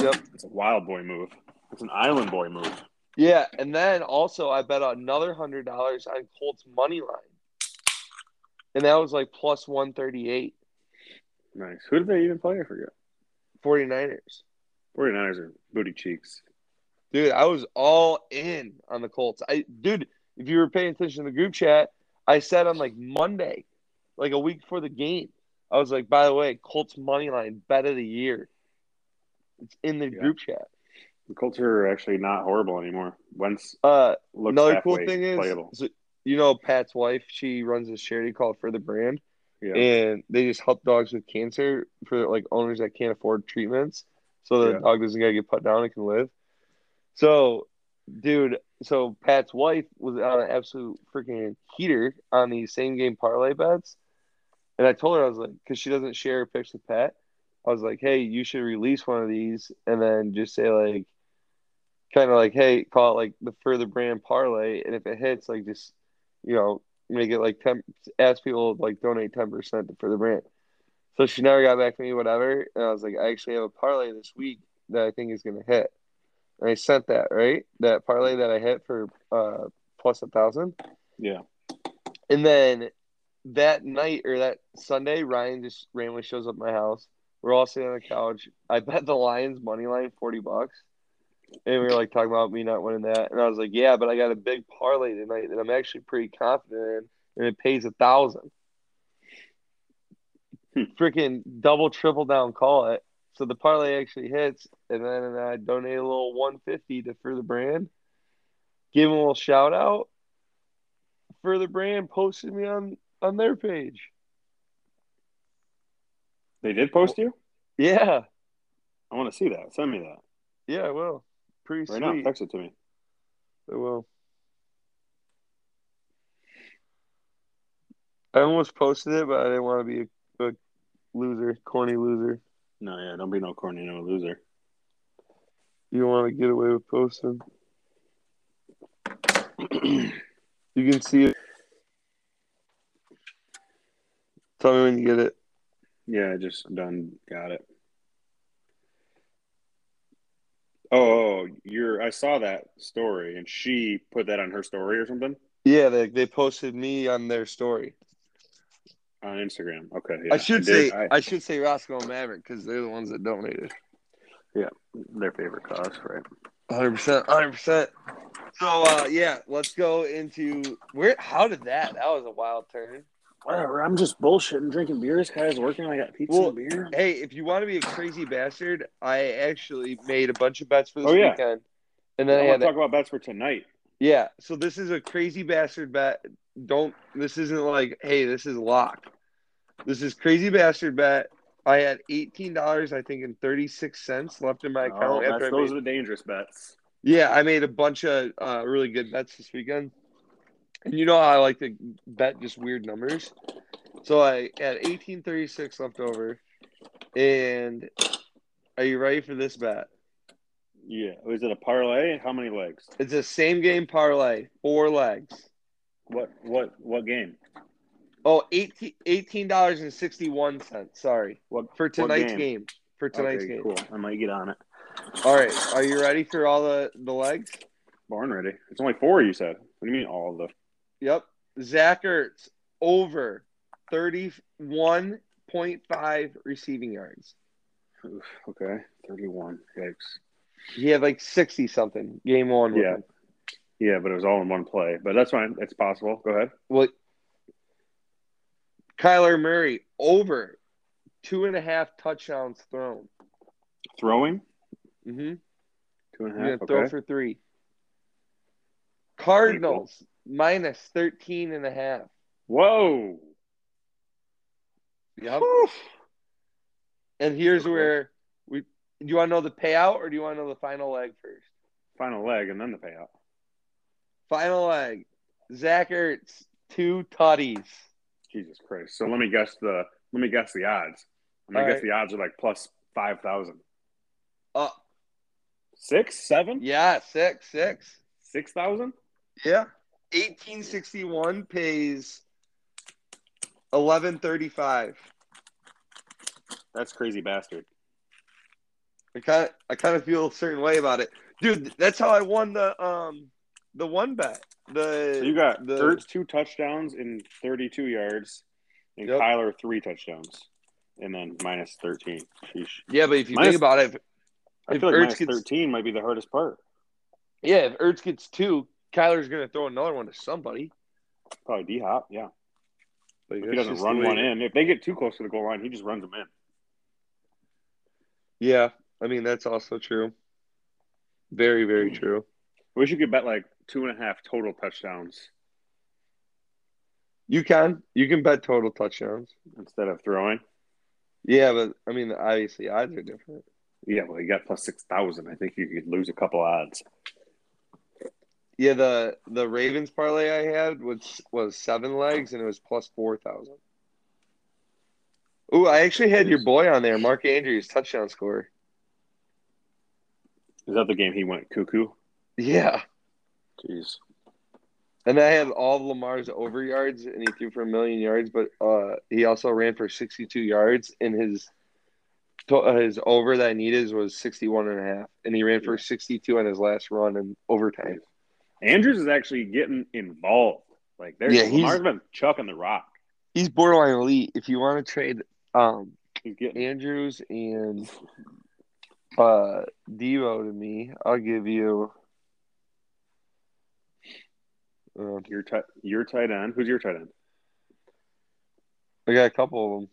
[SPEAKER 4] Yep.
[SPEAKER 5] It's a wild boy move. It's an island boy move.
[SPEAKER 4] Yeah, and then also I bet another hundred dollars on Colts money line, and that was like plus one thirty eight.
[SPEAKER 5] Nice. Who did they even play? I forget.
[SPEAKER 4] 49ers.
[SPEAKER 5] 49ers are booty cheeks.
[SPEAKER 4] Dude, I was all in on the Colts. I dude, if you were paying attention to the group chat, I said on like Monday, like a week before the game, I was like, by the way, Colts money line bet of the year. It's in the
[SPEAKER 5] Yeah.
[SPEAKER 4] group chat.
[SPEAKER 5] The Colts are actually not horrible anymore. Wentz
[SPEAKER 4] Uh,
[SPEAKER 5] looks
[SPEAKER 4] another cool
[SPEAKER 5] halfway
[SPEAKER 4] thing is,
[SPEAKER 5] playable.
[SPEAKER 4] so- you know, Pat's wife, she runs this charity called For the Brand.
[SPEAKER 5] Yeah.
[SPEAKER 4] and they just help dogs with cancer for like owners that can't afford treatments, so the
[SPEAKER 5] Yeah.
[SPEAKER 4] dog doesn't gotta get put down and can live. So, dude, so Pat's wife was on an absolute freaking heater on these same game parlay bets, and I told her I was like, because she doesn't share her picks with Pat, I was like, hey, you should release one of these and then just say like, kind of like, hey, call it like the further brand parlay, and if it hits, like just you know make it like ten ask people to like donate ten percent for the brand. So she never got back to me, whatever. And I was like, I actually have a parlay this week that I think is gonna hit. And I sent that, right? That parlay that I hit for uh plus a thousand.
[SPEAKER 5] yeah.
[SPEAKER 4] And then that night or that Sunday, Ryan just randomly shows up at my house. We're all sitting on the couch. I bet the Lions money line forty bucks. And we were like talking about me not winning that. And I was like, Yeah, but I got a big parlay tonight that I'm actually pretty confident in and it pays a thousand.
[SPEAKER 5] Hmm.
[SPEAKER 4] Freaking double triple down call it. So the parlay actually hits and then I donate a little one fifty to further brand. Give them a little shout out. Further brand posted me on on their page.
[SPEAKER 5] They did post you?
[SPEAKER 4] Yeah,
[SPEAKER 5] I want to see that. Send me that.
[SPEAKER 4] yeah, I will. Pretty
[SPEAKER 5] Right now,
[SPEAKER 4] sweet.
[SPEAKER 5] text it to me.
[SPEAKER 4] I will. I almost posted it, but I didn't want to be a, a loser, corny loser.
[SPEAKER 5] No, yeah, don't be no corny, no loser.
[SPEAKER 4] You want to get away with posting. [clears throat] You can see it. Tell me when you get it.
[SPEAKER 5] yeah, I just done got it. Oh, you're I saw that story and she put that on her story or something
[SPEAKER 4] Yeah, they, they posted me on their story.
[SPEAKER 5] on Instagram. Okay. Yeah,
[SPEAKER 4] I should
[SPEAKER 5] did.
[SPEAKER 4] say I, should say Roscoe and Maverick because they're the ones that donated.
[SPEAKER 5] their favorite cause, right?
[SPEAKER 4] Hundred percent, hundred percent. So uh, yeah, let's go into where. How did that? That was a wild turn.
[SPEAKER 5] Whatever. I'm just bullshitting, drinking beers. Guys, working. I got pizza
[SPEAKER 4] Well,
[SPEAKER 5] and beer.
[SPEAKER 4] Hey, if you want to be a crazy bastard, I actually made a bunch of bets for this
[SPEAKER 5] Oh, yeah.
[SPEAKER 4] weekend, and then
[SPEAKER 5] I
[SPEAKER 4] I
[SPEAKER 5] want
[SPEAKER 4] had
[SPEAKER 5] to talk about bets for tonight.
[SPEAKER 4] yeah. So this is a crazy bastard bet. Don't this isn't like hey, this is locked. This is crazy bastard bet. I had eighteen dollars, I think, and thirty six cents left in my account.
[SPEAKER 5] Oh,
[SPEAKER 4] after
[SPEAKER 5] that's-
[SPEAKER 4] I made-
[SPEAKER 5] those are the dangerous bets.
[SPEAKER 4] Yeah, I made a bunch of uh, really good bets this weekend. And you know how I like to bet just weird numbers. So I had 1836 left over. And are you ready for this bet?
[SPEAKER 5] Yeah. Is it a parlay? How many legs?
[SPEAKER 4] It's a same game parlay, four legs.
[SPEAKER 5] What what what game?
[SPEAKER 4] Oh, 18 $18.61. Sorry.
[SPEAKER 5] What-
[SPEAKER 4] for tonight's
[SPEAKER 5] game?
[SPEAKER 4] game? For tonight's
[SPEAKER 5] okay,
[SPEAKER 4] game.
[SPEAKER 5] cool. I might get on it.
[SPEAKER 4] All right. Are you ready for all the, the legs?
[SPEAKER 5] Barn ready. It's only four. You said. What do you mean all of the?
[SPEAKER 4] Yep. Zach Ertz over 31.5 receiving yards.
[SPEAKER 5] Oof, okay, thirty-one. Yikes.
[SPEAKER 4] He had like 60 something game one. with
[SPEAKER 5] Yeah.
[SPEAKER 4] him.
[SPEAKER 5] Yeah, but it was all in one play. But that's fine. It's possible. Go ahead.
[SPEAKER 4] Well, Kyler Murray over two and a half touchdowns thrown.
[SPEAKER 5] Throwing
[SPEAKER 4] Mm-hmm.
[SPEAKER 5] two and a
[SPEAKER 4] You're going
[SPEAKER 5] half.
[SPEAKER 4] to throw
[SPEAKER 5] Okay.
[SPEAKER 4] for three. Cardinals minus 13 and a half.
[SPEAKER 5] Whoa.
[SPEAKER 4] Yep. And here's where we Do you want to know the payout or do you want to know the final leg first?
[SPEAKER 5] Final leg and then the payout.
[SPEAKER 4] Final leg. Zach Ertz, two tutties.
[SPEAKER 5] Jesus Christ. So let me guess the let me guess the odds. I'm gonna
[SPEAKER 4] All
[SPEAKER 5] guess
[SPEAKER 4] right.
[SPEAKER 5] the odds are like plus five thousand.
[SPEAKER 4] Up.
[SPEAKER 5] Six, seven,
[SPEAKER 4] Yeah, six, six.
[SPEAKER 5] six thousand?
[SPEAKER 4] Yeah. 1861 pays 1135.
[SPEAKER 5] That's crazy bastard.
[SPEAKER 4] I kind of I kind of feel a certain way about it. Dude, that's how I won the um the one bet. The
[SPEAKER 5] So you got
[SPEAKER 4] the
[SPEAKER 5] Ertz two touchdowns in thirty two yards and
[SPEAKER 4] Yep.
[SPEAKER 5] Kyler three touchdowns. And then minus thirteen. Sheesh.
[SPEAKER 4] Yeah, but if you
[SPEAKER 5] Minus-
[SPEAKER 4] think about it, if,
[SPEAKER 5] I
[SPEAKER 4] If
[SPEAKER 5] feel like
[SPEAKER 4] Ertz
[SPEAKER 5] minus
[SPEAKER 4] gets-
[SPEAKER 5] thirteen might be the hardest part.
[SPEAKER 4] yeah, if Ertz gets two, Kyler's gonna throw another one to somebody.
[SPEAKER 5] Probably D Hop, yeah.
[SPEAKER 4] But
[SPEAKER 5] If he doesn't run one in. If they get too close to the goal line, he just runs them in.
[SPEAKER 4] Yeah, I mean that's also true. Very, very
[SPEAKER 5] Hmm.
[SPEAKER 4] true.
[SPEAKER 5] I wish you could bet like two and a half total touchdowns
[SPEAKER 4] You can you can bet total touchdowns.
[SPEAKER 5] instead of throwing.
[SPEAKER 4] Yeah, but I mean obviously odds are different.
[SPEAKER 5] Yeah, well, you got plus six thousand. I think you could lose a couple odds.
[SPEAKER 4] Yeah, the the Ravens parlay I had was was seven legs and it was plus four thousand. Ooh, I actually had your boy on there, Mark Andrews, touchdown score.
[SPEAKER 5] Is that the game he went cuckoo?
[SPEAKER 4] Yeah.
[SPEAKER 5] Jeez,
[SPEAKER 4] And I had all of Lamar's over yards, and he threw for a million yards, but uh, he also ran for 62 yards, and his to- uh, his over that I needed was 61 and a half, and he ran for 62 on his last run in overtime.
[SPEAKER 5] Andrews is actually getting involved. Like there's
[SPEAKER 4] Yeah, he's-
[SPEAKER 5] Lamar's been chucking the rock.
[SPEAKER 4] He's borderline elite. If you want to trade um,
[SPEAKER 5] He's getting
[SPEAKER 4] Andrews and uh, Devo to me, I'll give you. Uh,
[SPEAKER 5] your tight your tight end. Who's your tight end?
[SPEAKER 4] I got a couple of them.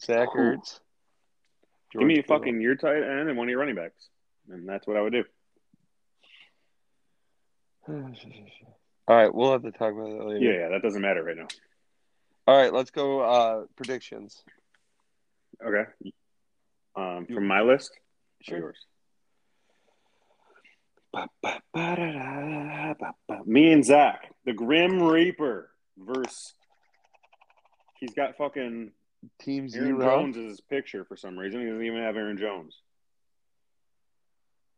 [SPEAKER 4] Zach
[SPEAKER 5] Who?
[SPEAKER 4] Ertz.
[SPEAKER 5] Give me
[SPEAKER 4] George Kittle.
[SPEAKER 5] fucking your tight end and one of your running backs, and that's what I would do.
[SPEAKER 4] All right, we'll have to talk about that later.
[SPEAKER 5] Yeah, yeah, that doesn't matter right now.
[SPEAKER 4] All right, let's go uh predictions.
[SPEAKER 5] Okay. Um, from my list, or yours. Ba, ba, ba, da, da, ba, ba. Me and Zach, the Grim Reaper verse. He's got fucking
[SPEAKER 4] Team
[SPEAKER 5] Aaron
[SPEAKER 4] zero.
[SPEAKER 5] Jones as his picture for some reason. He doesn't even have Aaron Jones.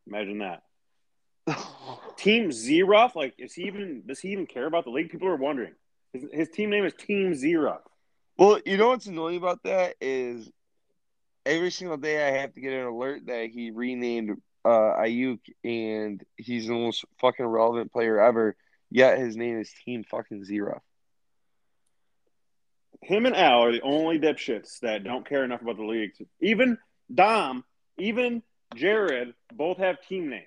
[SPEAKER 5] Imagine that.
[SPEAKER 4] [laughs]
[SPEAKER 5] Team Zeroff, like, is he even? Does he even care about the league? People are wondering. His, his team name is Team Zeroff.
[SPEAKER 4] well, you know what's annoying about that is every single day I have to get an alert that he renamed uh Ayuk and he's the most fucking relevant player ever. Yet his name is Team fucking zero.
[SPEAKER 5] him and Al are the only dipshits that don't care enough about the league. to- Even Dom, even Jared, both have team names.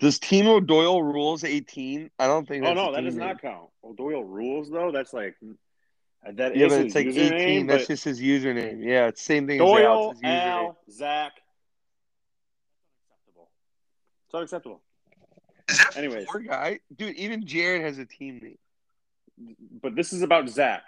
[SPEAKER 4] Does Timo Doyle rules eighteen? I don't think.
[SPEAKER 5] Oh
[SPEAKER 4] That's
[SPEAKER 5] no,
[SPEAKER 4] a
[SPEAKER 5] that
[SPEAKER 4] team
[SPEAKER 5] does
[SPEAKER 4] name.
[SPEAKER 5] not count. Well, Doyle rules though. That's like that
[SPEAKER 4] Yeah,
[SPEAKER 5] is
[SPEAKER 4] but it's
[SPEAKER 5] his
[SPEAKER 4] like
[SPEAKER 5] username,
[SPEAKER 4] eighteen.
[SPEAKER 5] but
[SPEAKER 4] That's just his username. Yeah, it's the same thing as
[SPEAKER 5] Doyle,
[SPEAKER 4] Al's, his username.
[SPEAKER 5] Al, Zach. That's unacceptable. It's unacceptable.
[SPEAKER 4] Is that
[SPEAKER 5] Anyways.
[SPEAKER 4] four guy? Dude, even Jared has a team name.
[SPEAKER 5] But this is about Zach.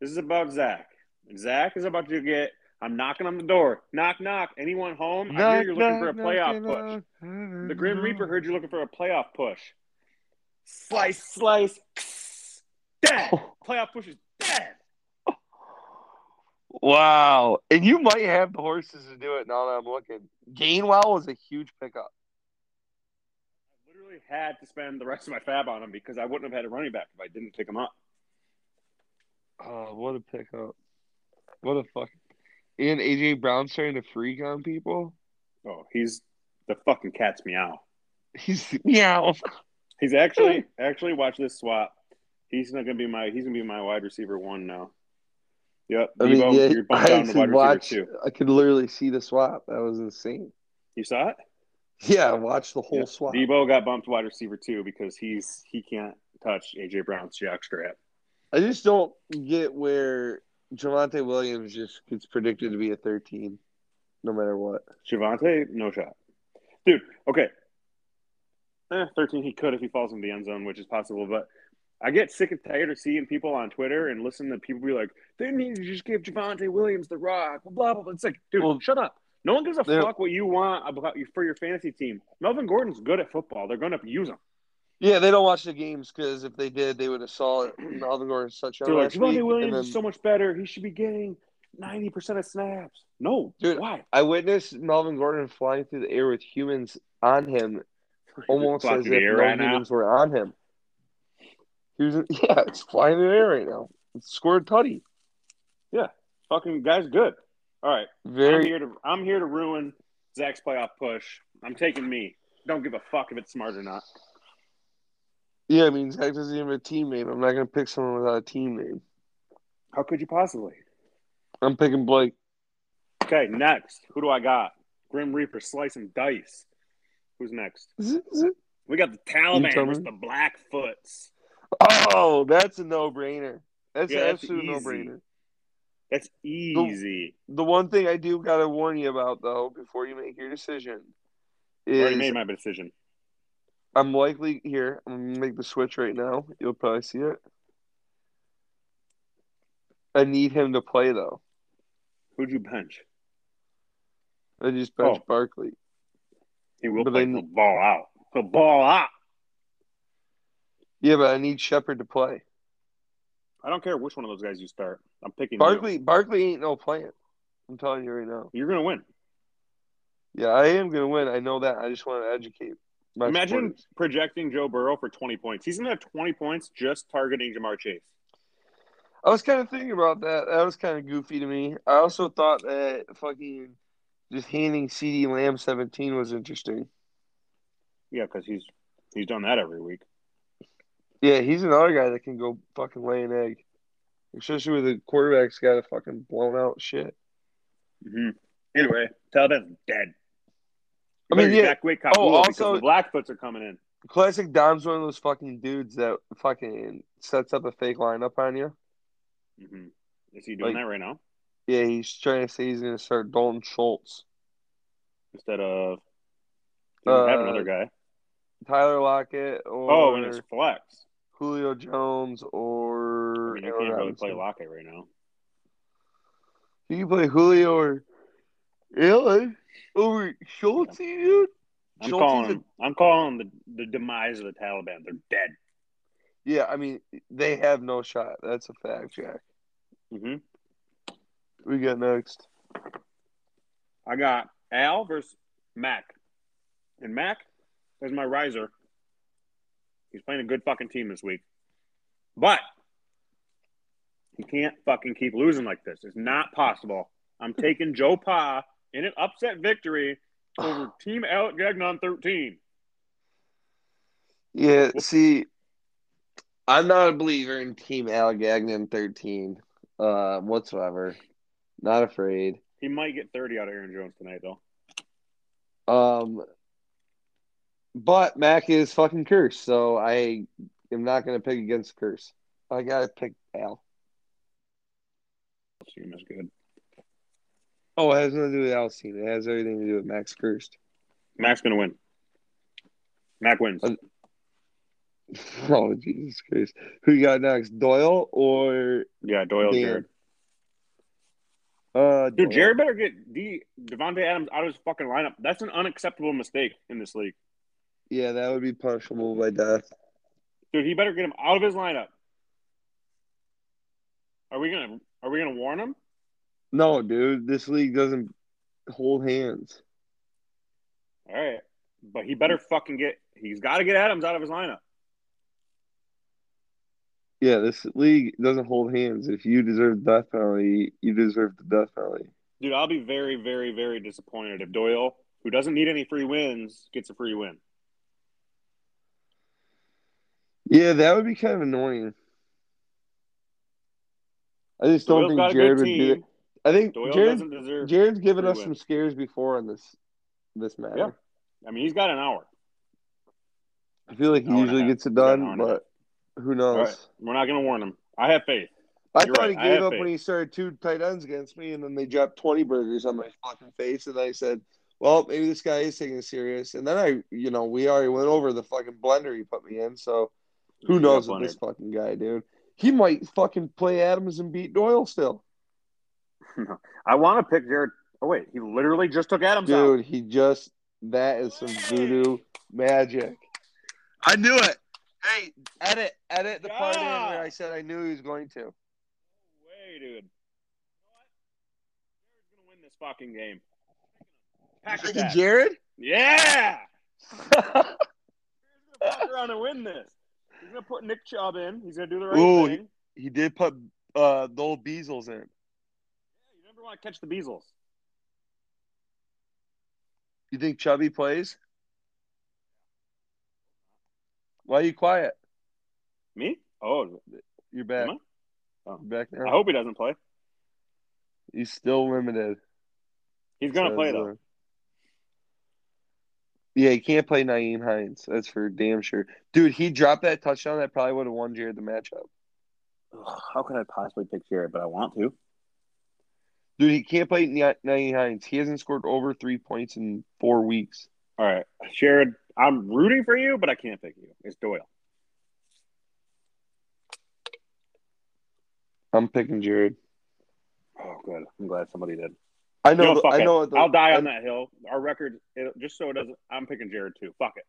[SPEAKER 5] This is about Zach. And Zach is about to get. I'm knocking on the door. Knock, knock. Anyone home? I hear you're looking for a playoff push. The Grim
[SPEAKER 4] Mm-hmm.
[SPEAKER 5] Reaper heard you looking for a playoff push. Slice, slice, dead. Playoff push is dead.
[SPEAKER 4] Wow. And you might have the horses to do it now that I'm looking. Gainwell was a huge pickup.
[SPEAKER 5] I literally had to spend the rest of my fab on him because I wouldn't have had a running back if I didn't pick him up.
[SPEAKER 4] Oh, what a pickup. What a fuck. And AJ Brown starting to freak on people. [laughs]
[SPEAKER 5] Oh, he's the fucking cat's meow.
[SPEAKER 4] He's meow.
[SPEAKER 5] He's actually actually watch this swap. He's not gonna be my he's gonna be my wide receiver one now. Yep, Debo, you're bumped down to wide receiver two.
[SPEAKER 4] I could literally see the swap. That was insane. [laughs]
[SPEAKER 5] You saw it?
[SPEAKER 4] Yeah, I watched the whole
[SPEAKER 5] Yeah.
[SPEAKER 4] swap.
[SPEAKER 5] Debo got bumped to wide receiver two because he's he can't touch AJ Brown's jock strap.
[SPEAKER 4] I just don't get where Javante Williams just gets predicted to be a 13, no matter what.
[SPEAKER 5] Javante, no shot. Dude, okay. Eh, 13, he could if he falls into the end zone, which is possible, but I get sick and tired of seeing people on Twitter and listening to people be like, they need to just give Javante Williams the rock, blah, blah, blah. It's like, dude,
[SPEAKER 4] Well,
[SPEAKER 5] shut up. No one gives a
[SPEAKER 4] they're-
[SPEAKER 5] fuck what you want about you for your fantasy team. Melvin Gordon's good at football. They're going to use him.
[SPEAKER 4] Yeah, they don't watch the games because if they did, they would have saw
[SPEAKER 5] [clears throat]
[SPEAKER 4] it. Melvin Gordon's touchdown
[SPEAKER 5] They're like,
[SPEAKER 4] last week.
[SPEAKER 5] Javante Williams
[SPEAKER 4] and then
[SPEAKER 5] is so much better. He should be getting 90% of snaps. No.
[SPEAKER 4] Dude,
[SPEAKER 5] why?
[SPEAKER 4] I witnessed Melvin Gordon flying through the air with humans on
[SPEAKER 5] [laughs]
[SPEAKER 4] him, almost
[SPEAKER 5] Fuck
[SPEAKER 4] as if
[SPEAKER 5] the
[SPEAKER 4] no
[SPEAKER 5] air right now.
[SPEAKER 4] humans were on him. He was, [laughs] yeah, it's flying in the air right now. It scored tutty.
[SPEAKER 5] Fucking guy's good. All right. I'm
[SPEAKER 4] Very
[SPEAKER 5] here to I'm here to ruin Zach's playoff push. I'm taking me. Don't give a fuck if it's smart or not.
[SPEAKER 4] yeah. I mean, Zach doesn't even have a team name. I'm not gonna pick someone without a team name.
[SPEAKER 5] How could you possibly?
[SPEAKER 4] I'm picking Blake.
[SPEAKER 5] Okay, next. Who do I got? Grim Reaper, slice and dice. Who's next? We got the
[SPEAKER 4] You tell
[SPEAKER 5] Taliban versus
[SPEAKER 4] me.
[SPEAKER 5] the Blackfoots.
[SPEAKER 4] Oh, that's a no brainer. That's
[SPEAKER 5] Yeah,
[SPEAKER 4] an
[SPEAKER 5] that's
[SPEAKER 4] absolute no
[SPEAKER 5] easy.
[SPEAKER 4] brainer.
[SPEAKER 5] That's easy.
[SPEAKER 4] The one thing I do gotta warn you about though, before you make your decision,
[SPEAKER 5] I
[SPEAKER 4] is
[SPEAKER 5] already made my decision.
[SPEAKER 4] I'm likely here. I'm gonna make the switch right now. You'll probably see it. I need him to play though.
[SPEAKER 5] Who'd you bench?
[SPEAKER 4] I just bench
[SPEAKER 5] Oh.
[SPEAKER 4] Barkley.
[SPEAKER 5] He will
[SPEAKER 4] But
[SPEAKER 5] play.
[SPEAKER 4] then-
[SPEAKER 5] He'll ball out. He'll ball out.
[SPEAKER 4] Yeah, but I need Shepard to play.
[SPEAKER 5] I don't care which one of those guys you start. I'm picking
[SPEAKER 4] Barkley Barkley ain't no playing. I'm telling you right now.
[SPEAKER 5] You. are gonna win.
[SPEAKER 4] Yeah, I am gonna win. I know that. I just want to educate. My
[SPEAKER 5] Imagine
[SPEAKER 4] supporters.
[SPEAKER 5] projecting Joe Burrow for 20 points. He's gonna have 20 points just targeting Jamar Chase.
[SPEAKER 4] I was kind of thinking about that. That was kind of goofy to me. I also thought that fucking just handing CD Lamb 17 was interesting.
[SPEAKER 5] Yeah, because he's he's done that every week.
[SPEAKER 4] Yeah, he's another guy that can go fucking lay an egg. Especially with a quarterback's got a fucking blown out shit.
[SPEAKER 5] Mm-hmm. Anyway, Taliban's dead.
[SPEAKER 4] I mean, yeah,
[SPEAKER 5] Quick,
[SPEAKER 4] Oh,
[SPEAKER 5] oh,
[SPEAKER 4] also-
[SPEAKER 5] because the Blackfoots are coming in.
[SPEAKER 4] classic Dom's one of those fucking dudes that fucking sets up a fake lineup on you.
[SPEAKER 5] hmm Is he doing
[SPEAKER 4] Like-
[SPEAKER 5] that right now
[SPEAKER 4] Yeah, he's trying to say he's gonna start Dalton Schultz.
[SPEAKER 5] instead of? Does he have
[SPEAKER 4] Uh,
[SPEAKER 5] another guy.
[SPEAKER 4] Tyler Lockett or
[SPEAKER 5] Oh, and it's flex.
[SPEAKER 4] Julio Jones
[SPEAKER 5] I
[SPEAKER 4] or um,
[SPEAKER 5] mean, you
[SPEAKER 4] Allen
[SPEAKER 5] can't really
[SPEAKER 4] Robinson.
[SPEAKER 5] play Lockett right now.
[SPEAKER 4] You can play Julio or Allen over Schultz, dude.
[SPEAKER 5] I'm
[SPEAKER 4] Schultz
[SPEAKER 5] calling.
[SPEAKER 4] is a-
[SPEAKER 5] him- I'm calling the the demise of the Taliban. They're dead.
[SPEAKER 4] Yeah, I mean they have no shot. That's a fact, Jack. Mm-hmm.
[SPEAKER 5] hmm
[SPEAKER 4] We got next.
[SPEAKER 5] I got Al versus Mac, and Mac is my riser. He's playing a good fucking team this week, but he can't fucking keep losing like this. It's not possible. I'm taking Joe Pa in an upset victory over Team Alec Gagnon 13.
[SPEAKER 4] Yeah, see, I'm not a believer in Team Allegheny 13 uh, whatsoever. Not afraid.
[SPEAKER 5] He might get 30 out of Aaron Jones tonight, though.
[SPEAKER 4] Um, but Mac is fucking cursed, so I am not going to pick against the curse. I got to pick Al.
[SPEAKER 5] Team is good.
[SPEAKER 4] Oh, it has nothing to do with Al's team. It has everything to do with Mac's cursed.
[SPEAKER 5] Mac's gonna win. Mac wins.
[SPEAKER 4] Uh, [laughs] Oh, Jesus Christ. Who you got next, Doyle or
[SPEAKER 5] Yeah, Doyle,
[SPEAKER 4] Dan?
[SPEAKER 5] Jared.
[SPEAKER 4] Uh,
[SPEAKER 5] Dude,
[SPEAKER 4] Doyle.
[SPEAKER 5] Jared better get D Devontae Adams out of his fucking lineup. That's an unacceptable mistake in this league.
[SPEAKER 4] Yeah, that would be punishable by death.
[SPEAKER 5] Dude, he better get him out of his lineup. Are we gonna are we gonna warn him?
[SPEAKER 4] No, dude, this league doesn't hold hands.
[SPEAKER 5] All right. But he better fucking get he's gotta get Adams out of his lineup.
[SPEAKER 4] Yeah, this league doesn't hold hands. If you deserve death penalty, you deserve the death penalty.
[SPEAKER 5] Dude, I'll be very, very, very disappointed if Doyle, who doesn't need any free wins, gets a free win.
[SPEAKER 4] Yeah, that would be kind of annoying. I just don't
[SPEAKER 5] Doyle's got
[SPEAKER 4] think
[SPEAKER 5] a
[SPEAKER 4] Jared
[SPEAKER 5] good
[SPEAKER 4] would do it.
[SPEAKER 5] team.
[SPEAKER 4] I think
[SPEAKER 5] Doyle
[SPEAKER 4] Jared
[SPEAKER 5] doesn't deserve
[SPEAKER 4] Jared's given
[SPEAKER 5] free
[SPEAKER 4] us
[SPEAKER 5] win.
[SPEAKER 4] some scares before on this this matter.
[SPEAKER 5] Yeah. I mean he's got an hour.
[SPEAKER 4] I feel like he
[SPEAKER 5] Hour and a
[SPEAKER 4] usually
[SPEAKER 5] half.
[SPEAKER 4] gets it
[SPEAKER 5] He's got an
[SPEAKER 4] done,
[SPEAKER 5] hour and a
[SPEAKER 4] but who
[SPEAKER 5] All
[SPEAKER 4] knows?
[SPEAKER 5] right. We're not gonna warn him. I have faith.
[SPEAKER 4] I
[SPEAKER 5] You're
[SPEAKER 4] thought
[SPEAKER 5] right.
[SPEAKER 4] he
[SPEAKER 5] I
[SPEAKER 4] gave
[SPEAKER 5] have
[SPEAKER 4] up
[SPEAKER 5] faith.
[SPEAKER 4] when he started two tight ends against me, and then they dropped twenty burgers on my fucking face, and I said, "Well, maybe this guy is taking it serious." And then I, you know, we already went over the fucking blender he put me in, so Who knows
[SPEAKER 5] up
[SPEAKER 4] with
[SPEAKER 5] on
[SPEAKER 4] this fucking guy, dude? He might fucking play Adams and beat Doyle still.
[SPEAKER 5] it. I want to pick Jared. Oh wait, he literally just took Adams out.
[SPEAKER 4] Dude, he just that is some voodoo magic. I knew it. Hey, edit, edit the part in where I said I knew he was going to.
[SPEAKER 5] Way, dude. You know what? Jared's gonna win this fucking game. Pack your bag.
[SPEAKER 4] [laughs] Jared?
[SPEAKER 5] Yeah. Jared's gonna fuck around and win this. He's gonna put Nick Chubb in. He's gonna do the right
[SPEAKER 4] Ooh,
[SPEAKER 5] thing.
[SPEAKER 4] he did put uh the old Beasles in.
[SPEAKER 5] Yeah, you never want to catch the Beasles.
[SPEAKER 4] You think Chubby plays? Why are you quiet?
[SPEAKER 5] Me? Oh,
[SPEAKER 4] You're back.
[SPEAKER 5] Am I? Oh.
[SPEAKER 4] You're back
[SPEAKER 5] I
[SPEAKER 4] now.
[SPEAKER 5] hope he doesn't play.
[SPEAKER 4] He's still limited.
[SPEAKER 5] He's gonna
[SPEAKER 4] So,
[SPEAKER 5] play though.
[SPEAKER 4] uh, Yeah, he can't play Naeem Hines. That's for damn sure. Dude, he dropped that touchdown that probably would have won Jared the matchup.
[SPEAKER 5] Ugh, How could I possibly pick Jared? But I want to.
[SPEAKER 4] Dude, he can't play Na- Naeem Hines. He hasn't scored over three points in four weeks.
[SPEAKER 5] All right, Jared. I'm rooting for you, but I can't pick you. It's Doyle.
[SPEAKER 4] I'm picking Jared.
[SPEAKER 5] Oh, good. I'm glad somebody did.
[SPEAKER 4] I know.
[SPEAKER 5] No,
[SPEAKER 4] the-
[SPEAKER 5] fuck
[SPEAKER 4] I
[SPEAKER 5] it.
[SPEAKER 4] know. what the-
[SPEAKER 5] I'll die on
[SPEAKER 4] I,
[SPEAKER 5] that hill. Our record, it, just so it doesn't. I'm picking Jared too. Fuck it.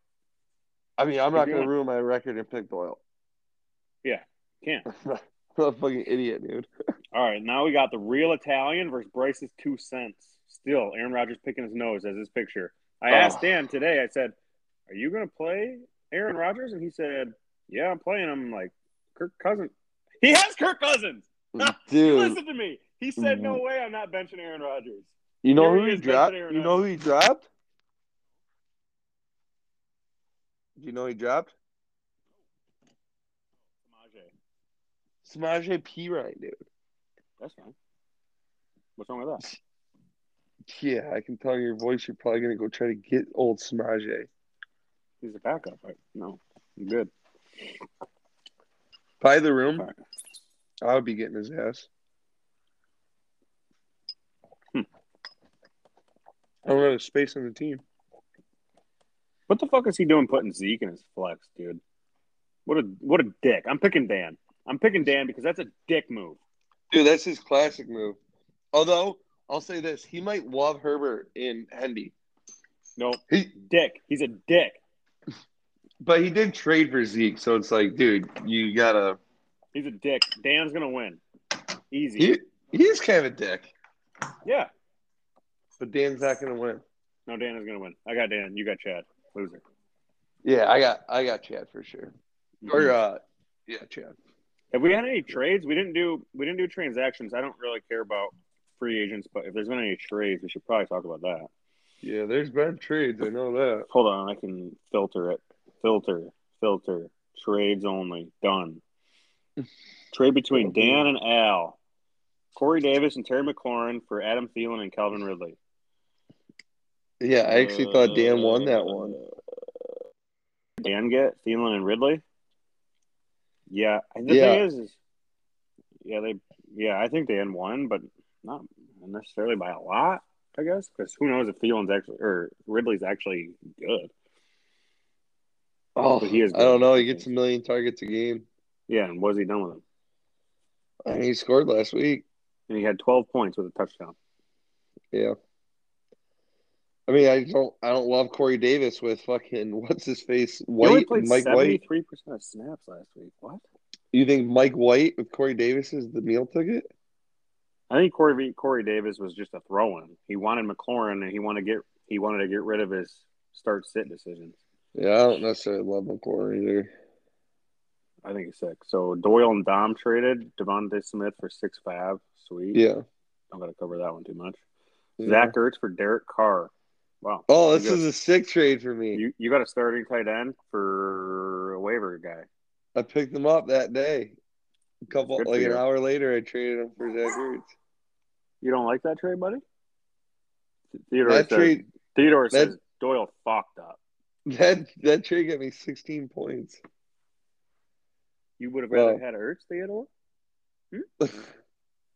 [SPEAKER 4] I mean, I'm
[SPEAKER 5] If
[SPEAKER 4] not
[SPEAKER 5] you
[SPEAKER 4] going to
[SPEAKER 5] want-
[SPEAKER 4] ruin my record and pick Doyle.
[SPEAKER 5] Can't.
[SPEAKER 4] [laughs] I'm a fucking idiot, dude.
[SPEAKER 5] All right, now we got the real Italian versus Bryce's two cents. Still, Aaron Rodgers picking his nose as his picture. I
[SPEAKER 4] Oh.
[SPEAKER 5] asked Dan today. I said, "Are you going to play Aaron Rodgers?" And he said, "Yeah, I'm playing him." I'm like, "Kirk Cousins? [laughs] He has Kirk Cousins."
[SPEAKER 4] [laughs] Dude, Mm-hmm.
[SPEAKER 5] Listen to me. He said, "No way, I'm not benching Aaron Rodgers."
[SPEAKER 4] you know
[SPEAKER 5] Here
[SPEAKER 4] who
[SPEAKER 5] he
[SPEAKER 4] he
[SPEAKER 5] is, better
[SPEAKER 4] dropped?
[SPEAKER 5] than
[SPEAKER 4] You
[SPEAKER 5] Aaron
[SPEAKER 4] know who he dropped? Do you know who he dropped?
[SPEAKER 5] Samaje.
[SPEAKER 4] Samaje P. Ryan, dude.
[SPEAKER 5] That's fine. What's wrong with that?
[SPEAKER 4] Yeah, I can tell your voice. You're probably gonna go try to get old Samaje.
[SPEAKER 5] He's a backup. Right? No, I'm good.
[SPEAKER 4] By the room,
[SPEAKER 5] Alright.
[SPEAKER 4] I would be getting his ass.
[SPEAKER 5] Hmm.
[SPEAKER 4] I don't have space on the team.
[SPEAKER 5] What the fuck is he doing putting Zeke in his flex, dude? What a what a dick. I'm picking Dan. I'm picking Dan because that's a dick move.
[SPEAKER 4] Dude, that's his classic move. Although I'll say this, he might love Herbert in Hendy,
[SPEAKER 5] No,
[SPEAKER 4] He-
[SPEAKER 5] dick. He's a dick.
[SPEAKER 4] but he did trade for Zeke, so it's like, dude, you gotta.
[SPEAKER 5] He's a dick. Dan's gonna win. Easy.
[SPEAKER 4] He he's kind of a dick,
[SPEAKER 5] yeah.
[SPEAKER 4] but Dan's not gonna win.
[SPEAKER 5] No, Dan is gonna win. I got Dan. You got Chad. Loser.
[SPEAKER 4] Yeah, I got I got Chad for sure. Or uh, yeah, Chad.
[SPEAKER 5] Have we had any trades? We didn't do we didn't do transactions. I don't really care about free agents, but if there's been any trades, we should probably talk about that.
[SPEAKER 4] Yeah, there's been trades. I know that.
[SPEAKER 5] Hold on, I can filter it. Filter, filter, trades only.
[SPEAKER 4] [laughs]
[SPEAKER 5] Done. Trade between Dan and Al, Corey Davis and Terry McLaurin for Adam Thielen and Calvin Ridley.
[SPEAKER 4] Yeah, I actually thought Dan won that one.
[SPEAKER 5] Dan get Thielen and Ridley. Yeah, and the
[SPEAKER 4] Yeah.
[SPEAKER 5] thing is, is, yeah, they, yeah, I think Dan won, but not necessarily by a lot, I guess, because who knows if Thielen's actually or Ridley's actually good.
[SPEAKER 4] Oh,
[SPEAKER 5] But he is
[SPEAKER 4] I don't
[SPEAKER 5] good.
[SPEAKER 4] know. He gets a million targets a game.
[SPEAKER 5] Yeah, and was he done with him?
[SPEAKER 4] I mean, he scored last week.
[SPEAKER 5] and he had 12 points with a touchdown.
[SPEAKER 4] Yeah. I mean, I don't, I don't love Corey Davis with fucking [laughs] what's his face
[SPEAKER 5] He only
[SPEAKER 4] White,
[SPEAKER 5] played
[SPEAKER 4] Mike
[SPEAKER 5] 73%
[SPEAKER 4] White.
[SPEAKER 5] of snaps last week. What?
[SPEAKER 4] You think Mike White with Corey Davis is the meal ticket?
[SPEAKER 5] I think Corey Corey Davis was just a throw-in. He wanted McLaurin, and he wanted to get he wanted to get rid of his start sit decisions.
[SPEAKER 4] Yeah, I don't necessarily love McCord either.
[SPEAKER 5] I think he's sick. So Doyle and Dom traded Devontae Smith for six five. Sweet.
[SPEAKER 4] Yeah.
[SPEAKER 5] I'm gonna cover that one too much.
[SPEAKER 4] Yeah.
[SPEAKER 5] Zach Ertz for Derek Carr. Wow.
[SPEAKER 4] Oh, this
[SPEAKER 5] You got-
[SPEAKER 4] is a sick trade for me.
[SPEAKER 5] You you got a starting tight end for a waiver guy.
[SPEAKER 4] I picked him up that day. A couple,
[SPEAKER 5] Good for
[SPEAKER 4] like an
[SPEAKER 5] you.
[SPEAKER 4] hour later, I traded him for Zach Ertz.
[SPEAKER 5] You don't like that trade, buddy? Theodore
[SPEAKER 4] That
[SPEAKER 5] says
[SPEAKER 4] trade,
[SPEAKER 5] Theodore
[SPEAKER 4] that-
[SPEAKER 5] says Doyle fucked up.
[SPEAKER 4] that that trade got me 16 points. [laughs]
[SPEAKER 5] You would have
[SPEAKER 4] Well-
[SPEAKER 5] rather had Ertz, Theodore?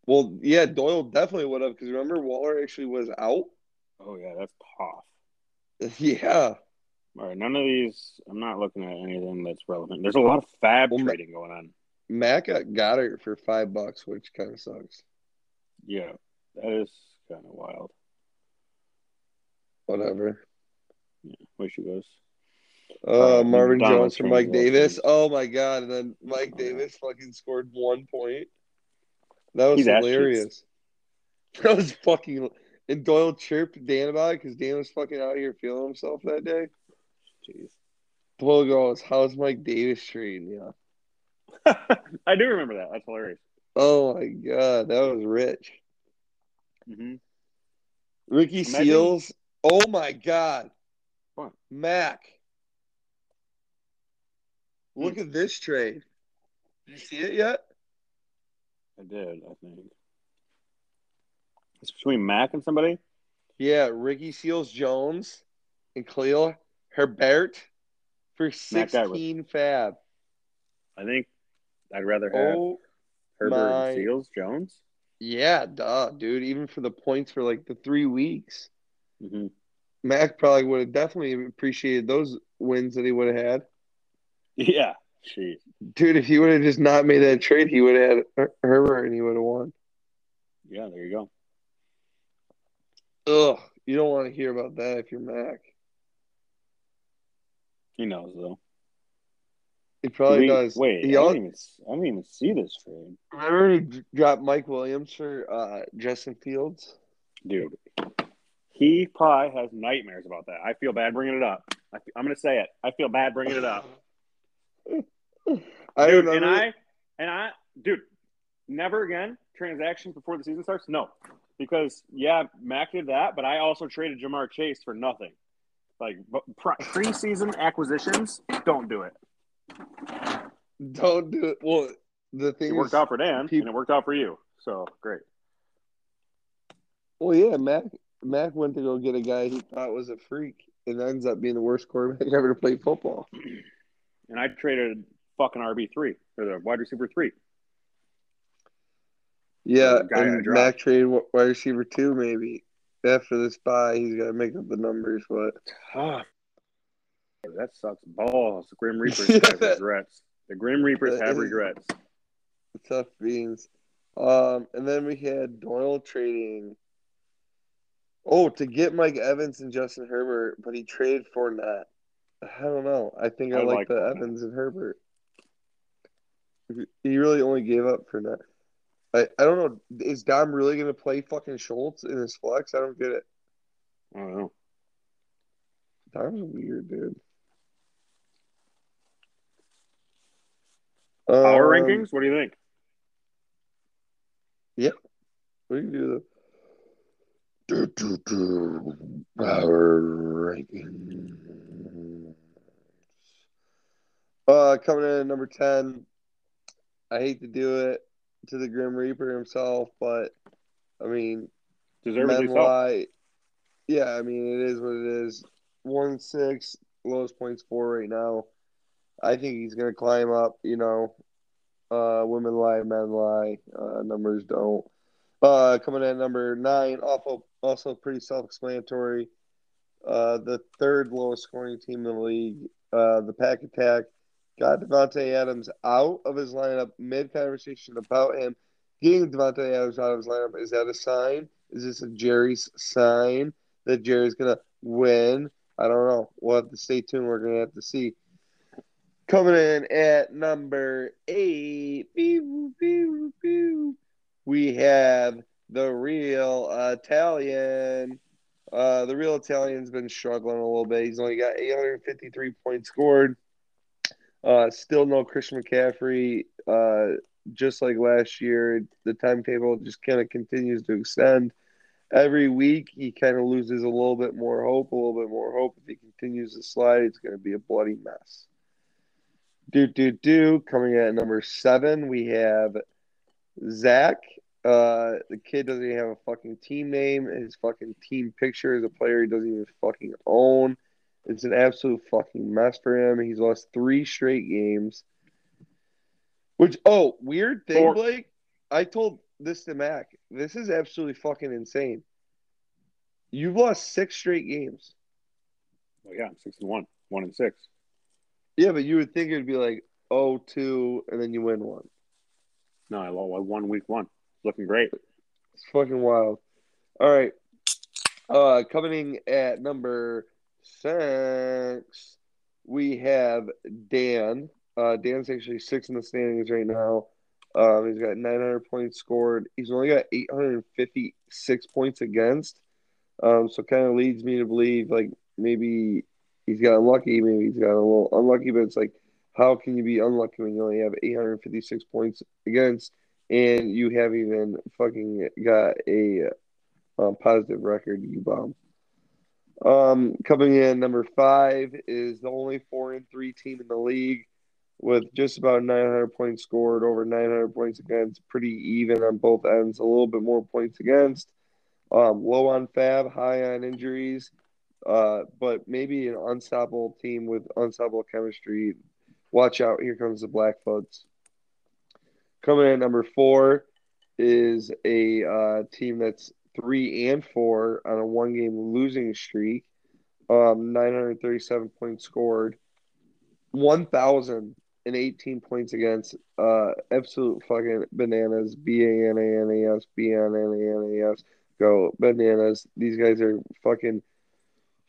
[SPEAKER 4] well, yeah, Doyle definitely would have because remember Waller actually was out.
[SPEAKER 5] Oh yeah, that's tough.
[SPEAKER 4] [laughs] Yeah,
[SPEAKER 5] All right, none of these. I'm not looking at anything that's relevant. There's a lot of fab
[SPEAKER 4] Well, Ma-
[SPEAKER 5] trading going on.
[SPEAKER 4] Mac got Goddard for five bucks, which kind of sucks.
[SPEAKER 5] Yeah, that is kind of wild.
[SPEAKER 4] Whatever.
[SPEAKER 5] Where she goes.
[SPEAKER 4] Uh,
[SPEAKER 5] Uh,
[SPEAKER 4] Marvin
[SPEAKER 5] Donald
[SPEAKER 4] Jones for
[SPEAKER 5] Trump
[SPEAKER 4] Mike
[SPEAKER 5] was
[SPEAKER 4] Davis.
[SPEAKER 5] awesome.
[SPEAKER 4] Oh my god! And then Mike
[SPEAKER 5] Oh, yeah.
[SPEAKER 4] Davis fucking scored one point. That was
[SPEAKER 5] He's ass cheeks.
[SPEAKER 4] hilarious. [laughs] That was fucking. And Doyle chirped Dan about it because Dan was fucking out here feeling himself that day.
[SPEAKER 5] Jeez.
[SPEAKER 4] Doyle goes, "How's Mike Davis treating you?"
[SPEAKER 5] [laughs] I do remember that. That's hilarious.
[SPEAKER 4] Oh my god, that was rich.
[SPEAKER 5] hmm
[SPEAKER 4] Ricky
[SPEAKER 5] Imagine-
[SPEAKER 4] Seals. Oh my god.
[SPEAKER 5] What?
[SPEAKER 4] Mac. Look
[SPEAKER 5] Hmm.
[SPEAKER 4] at this trade. Did you see it yet?
[SPEAKER 5] I did. I think it's between Mac and somebody.
[SPEAKER 4] Yeah, Ricky Seals Jones and Khalil Herbert for
[SPEAKER 5] Mac Garber.
[SPEAKER 4] 16 fab.
[SPEAKER 5] I think I'd rather have
[SPEAKER 4] Oh
[SPEAKER 5] Herbert
[SPEAKER 4] my-
[SPEAKER 5] and Seals Jones.
[SPEAKER 4] yeah, duh, dude. Even for the points for like the three weeks.
[SPEAKER 5] hmm
[SPEAKER 4] Mac probably would have definitely appreciated those wins that he would have had.
[SPEAKER 5] Yeah. Jeez.
[SPEAKER 4] Dude, if he would have just not made that trade, he would have had Her- Herbert and he would have won.
[SPEAKER 5] Yeah. There you go.
[SPEAKER 4] Ugh, you don't want to hear about that if you're Mac.
[SPEAKER 5] He knows though.
[SPEAKER 4] He probably
[SPEAKER 5] Wait,
[SPEAKER 4] does.
[SPEAKER 5] Wait.
[SPEAKER 4] he
[SPEAKER 5] I,
[SPEAKER 4] all,
[SPEAKER 5] didn't even, I didn't even see this trade,
[SPEAKER 4] remember he d- dropped Mike Williams for uh, Justin Fields.
[SPEAKER 5] dude. He probably has nightmares about that. I feel bad bringing it up. I, I'm going to say it. I feel bad bringing it up.
[SPEAKER 4] I
[SPEAKER 5] dude,
[SPEAKER 4] remember.
[SPEAKER 5] and I and I, dude, never again transactions before the season starts. No, because yeah, Mac did that, but I also traded Jamar Chase for nothing. Like but pri- preseason acquisitions, don't do it.
[SPEAKER 4] don't do it. Well, the
[SPEAKER 5] It
[SPEAKER 4] thing
[SPEAKER 5] worked
[SPEAKER 4] was,
[SPEAKER 5] out for Dan,
[SPEAKER 4] peop-
[SPEAKER 5] and it worked out for you. So great.
[SPEAKER 4] well, yeah, Mac Mac went to go get a guy he thought was a freak, and ends up being the worst quarterback [laughs] ever to play football.
[SPEAKER 5] And I traded fucking RB three or the wide receiver three.
[SPEAKER 4] Yeah,
[SPEAKER 5] Guy I
[SPEAKER 4] and
[SPEAKER 5] dropped.
[SPEAKER 4] Mac traded wi- wide receiver two maybe. After this bye, he's gonna make up the numbers, but
[SPEAKER 5] Ah, that sucks balls. The
[SPEAKER 4] [laughs]
[SPEAKER 5] Grim Reapers
[SPEAKER 4] Yeah,
[SPEAKER 5] have
[SPEAKER 4] that-
[SPEAKER 5] regrets. The Grim Reapers
[SPEAKER 4] that
[SPEAKER 5] have
[SPEAKER 4] is-
[SPEAKER 5] regrets.
[SPEAKER 4] tough beans. Um, and then we had Doyle trading. Oh, to get Mike Evans and Justin Herbert, but he traded for that. I don't know. I think I,
[SPEAKER 5] I
[SPEAKER 4] like,
[SPEAKER 5] like
[SPEAKER 4] the
[SPEAKER 5] Fournette.
[SPEAKER 4] Evans and Herbert. He really only gave up for that. I, I don't know. Is Dom really going to play fucking Schultz in his flex? I don't get it.
[SPEAKER 5] I don't know.
[SPEAKER 4] Dom's weird, dude.
[SPEAKER 5] Power
[SPEAKER 4] Um,
[SPEAKER 5] rankings? What do you think?
[SPEAKER 4] We can do the do, do, do, power ranking. Uh, coming in at number 10. I hate to do it to the Grim Reaper himself, but I mean,
[SPEAKER 5] Deservedly
[SPEAKER 4] men
[SPEAKER 5] so.
[SPEAKER 4] lie. Yeah, I mean, it is what it is. 1 6, lowest points four right now. I think he's going to climb up, you know. Uh, women lie, men lie. Uh, numbers don't. Uh, coming in at number nine, also, also pretty self explanatory. Uh, the third lowest scoring team in the league, uh, the Pack Attack, got Devontae Adams out of his lineup mid conversation about him. Getting Devontae Adams out of his lineup, is that a sign? Is this a Jerry's sign that Jerry's going to win? I don't know. We'll have to stay tuned. We're going to have to see. Coming in at number eight, pew, pew, pew, we have the real Italian. Uh, the real Italian's been struggling a little bit. He's only got 853 points scored. Uh, still no Christian McCaffrey. Uh, just like last year, the timetable just kind of continues to extend. Every week, he kind of loses a little bit more hope, a little bit more hope. If he continues to slide, it's going to be a bloody mess. Do, do, do. Coming in at number seven, we have Zach. Uh, the kid doesn't even have a fucking team name. His fucking team picture is a player he doesn't even fucking own. It's an absolute fucking mess for him. He's lost three straight games. Which, oh, weird thing,
[SPEAKER 5] Four.
[SPEAKER 4] Blake. I told this to Mac. This is absolutely fucking insane. You've lost six straight games.
[SPEAKER 5] Well, Oh, yeah, six and one. one and six.
[SPEAKER 4] Yeah, but you would think it'd be like oh two, and then you win one.
[SPEAKER 5] No, I lo- I won week one. Looking great.
[SPEAKER 4] It's fucking wild. All right. Uh, coming in at number six, we have Dan. Uh, Dan's actually six in the standings right now. Um, he's got 900 points scored. He's only got 856 points against. Um, so kind of leads me to believe like maybe he's got lucky, maybe he's got a little unlucky, but it's like how can you be unlucky when you only have 856 points against and you haven't even fucking got a um, positive record, you bum. Um, coming in number five is the only four and three team in the league with just about 900 points scored, over 900 points against, pretty even on both ends, a little bit more points against, um, low on fab, high on injuries, uh, but maybe an unstoppable team with unstoppable chemistry. Watch out, here comes the Blackfoots. Coming in at number four is a uh, team that's three and four on a one game losing streak. Um, 937 points scored, 1,018 points against. Uh, absolute fucking bananas. B A N A N A S, B N A N A N A S. Go bananas. These guys are fucking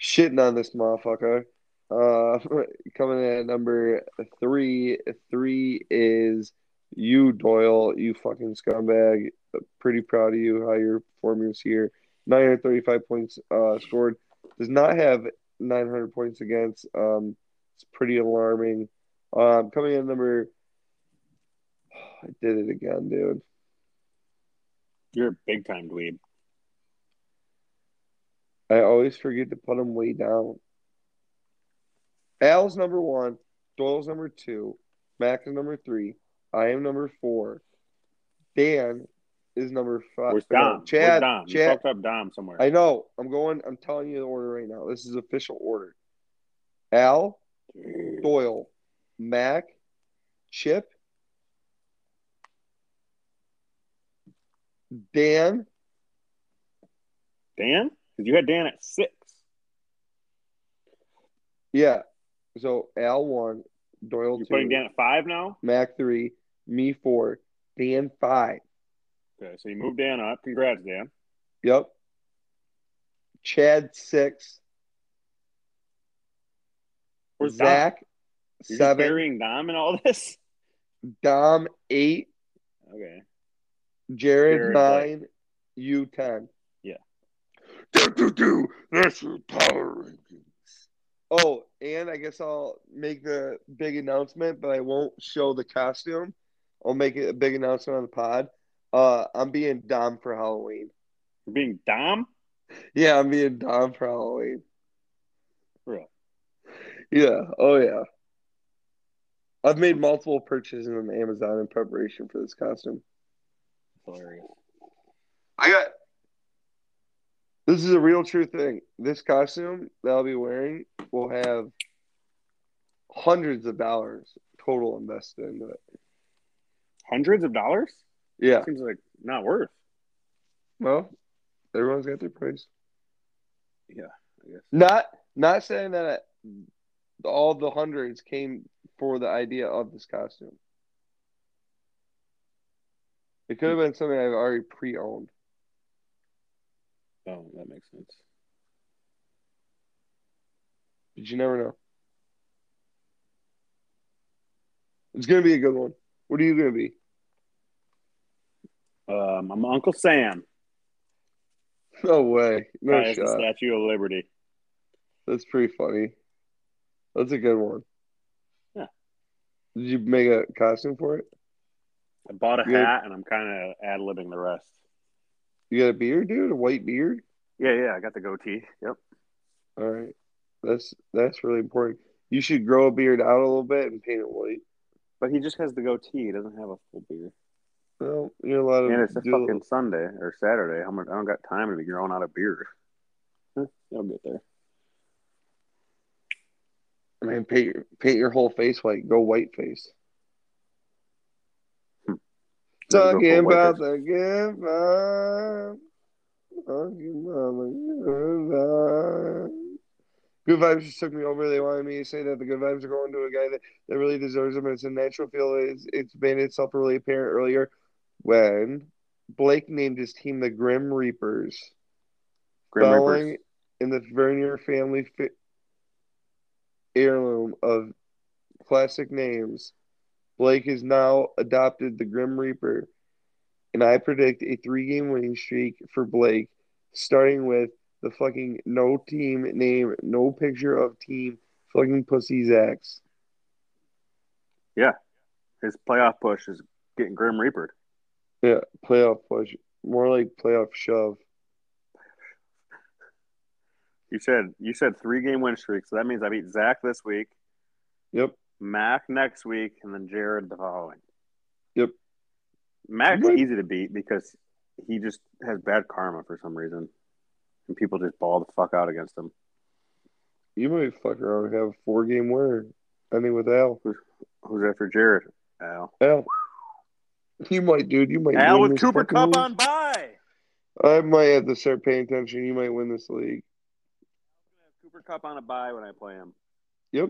[SPEAKER 4] shitting on this motherfucker. Uh, [laughs] coming in at number three. Three is you, Doyle, you fucking scumbag. Pretty proud of you how your performance here. 935 points uh, scored. Does not have 900 points against. Um, it's pretty alarming. Um, coming in number. [sighs] I did it again, dude.
[SPEAKER 5] You're a big time dweeb.
[SPEAKER 4] I always forget to put him way down. Al's number one. Doyle's number two. Mac is number three. I am number four. Dan is number five.
[SPEAKER 5] Where's
[SPEAKER 4] no,
[SPEAKER 5] Dom?
[SPEAKER 4] Uh, Chad.
[SPEAKER 5] Where's Dom? You
[SPEAKER 4] Chad.
[SPEAKER 5] fucked up Dom somewhere.
[SPEAKER 4] I know. I'm going. I'm telling you the order right now. This is official order. Al, Doyle, Mac, Chip, Dan.
[SPEAKER 5] Dan? Because you had Dan at six.
[SPEAKER 4] Yeah. So Al one, Doyle
[SPEAKER 5] You're putting
[SPEAKER 4] two,
[SPEAKER 5] Dan at five now?
[SPEAKER 4] Mac three, me four, Dan five.
[SPEAKER 5] Okay, so you moved Dan up. Congrats, Dan.
[SPEAKER 4] Yep. Chad six.
[SPEAKER 5] Where's Dom?
[SPEAKER 4] Zach
[SPEAKER 5] You're just
[SPEAKER 4] seven.
[SPEAKER 5] burying Dom and all [laughs] this?
[SPEAKER 4] Dom eight.
[SPEAKER 5] Okay.
[SPEAKER 4] Jared,
[SPEAKER 5] Jared,
[SPEAKER 4] nine. You ten.
[SPEAKER 5] Yeah.
[SPEAKER 4] Do do do. That's your power rankings. Oh, and I guess I'll make the big announcement, but I won't show the costume. I'll make it a big announcement on the pod. Uh, I'm being Dom for Halloween.
[SPEAKER 5] You're being Dom?
[SPEAKER 4] Yeah, I'm being Dom for Halloween.
[SPEAKER 5] Really?
[SPEAKER 4] Yeah. Oh yeah. I've made multiple purchases on Amazon in preparation for this costume.
[SPEAKER 5] Hilarious.
[SPEAKER 4] I got. This is a real true thing. This costume that I'll be wearing will have hundreds of dollars total invested into it.
[SPEAKER 5] Hundreds of dollars?
[SPEAKER 4] Yeah.
[SPEAKER 5] Seems like not worth.
[SPEAKER 4] Well, everyone's got their price.
[SPEAKER 5] I guess.
[SPEAKER 4] Not not saying that all the hundreds came for the idea of this costume. It could have been something I've already pre-owned.
[SPEAKER 5] Oh, that makes sense.
[SPEAKER 4] But you never know. It's gonna be a good one. What are you gonna be?
[SPEAKER 5] Um, I'm Uncle Sam.
[SPEAKER 4] No way. No
[SPEAKER 5] Guy is the
[SPEAKER 4] shot.
[SPEAKER 5] Statue of Liberty.
[SPEAKER 4] That's pretty funny. That's a good one.
[SPEAKER 5] Yeah.
[SPEAKER 4] Did you make a costume for it?
[SPEAKER 5] I bought a
[SPEAKER 4] Good.
[SPEAKER 5] hat and I'm kind of ad libbing the rest.
[SPEAKER 4] You got a beard, dude? A white beard?
[SPEAKER 5] Yeah, yeah, I got the goatee. Yep.
[SPEAKER 4] All right. That's that's really important. You should grow a beard out a little bit and paint it white.
[SPEAKER 5] But he just has the goatee. He doesn't have a full beard.
[SPEAKER 4] Well, you're allowed to
[SPEAKER 5] And it's a
[SPEAKER 4] do
[SPEAKER 5] fucking Sunday or Saturday. I'm, I don't got time to be growing out a beard. Huh, I'll get there.
[SPEAKER 4] I mean, paint your paint your whole face white. Go white face.
[SPEAKER 5] Never Hmm. go full
[SPEAKER 4] Talking
[SPEAKER 5] white
[SPEAKER 4] about
[SPEAKER 5] face.
[SPEAKER 4] the good vibes. Talking about the good vibes. Good vibes just took me over. They wanted me to say that the good vibes are going to a guy that, that really deserves them. It's a natural feel. It's, it's made itself really apparent earlier when Blake named his team the Grim Reapers.
[SPEAKER 5] Grim
[SPEAKER 4] spelling
[SPEAKER 5] Reapers.
[SPEAKER 4] in the Vernier family fi- heirloom of classic names. Blake has now adopted the Grim Reaper, and I predict a three-game winning streak for Blake, starting with the fucking no team name, no picture of team, fucking pussy Zacks.
[SPEAKER 5] His playoff push is getting Grim Reapered.
[SPEAKER 4] Yeah, playoff push, more like playoff shove.
[SPEAKER 5] You said you said three game win streak, so that means I beat Zach this week,
[SPEAKER 4] Yep,
[SPEAKER 5] Mac next week, and then Jared the following.
[SPEAKER 4] Yep.
[SPEAKER 5] Mac's
[SPEAKER 4] What?
[SPEAKER 5] easy to beat because he just has bad karma for some reason, and people just ball the fuck out against him.
[SPEAKER 4] you might fuck around and have a four-game winner, ending with Al.
[SPEAKER 5] Who's after Jared? Al.
[SPEAKER 4] Al. You might, dude. You might.
[SPEAKER 5] Al
[SPEAKER 4] win this
[SPEAKER 5] with Cooper
[SPEAKER 4] fucking league.
[SPEAKER 5] Cup on bye.
[SPEAKER 4] I might have to start paying attention. You might win this league.
[SPEAKER 5] Cooper Cup on a bye when I play him.
[SPEAKER 4] Yep.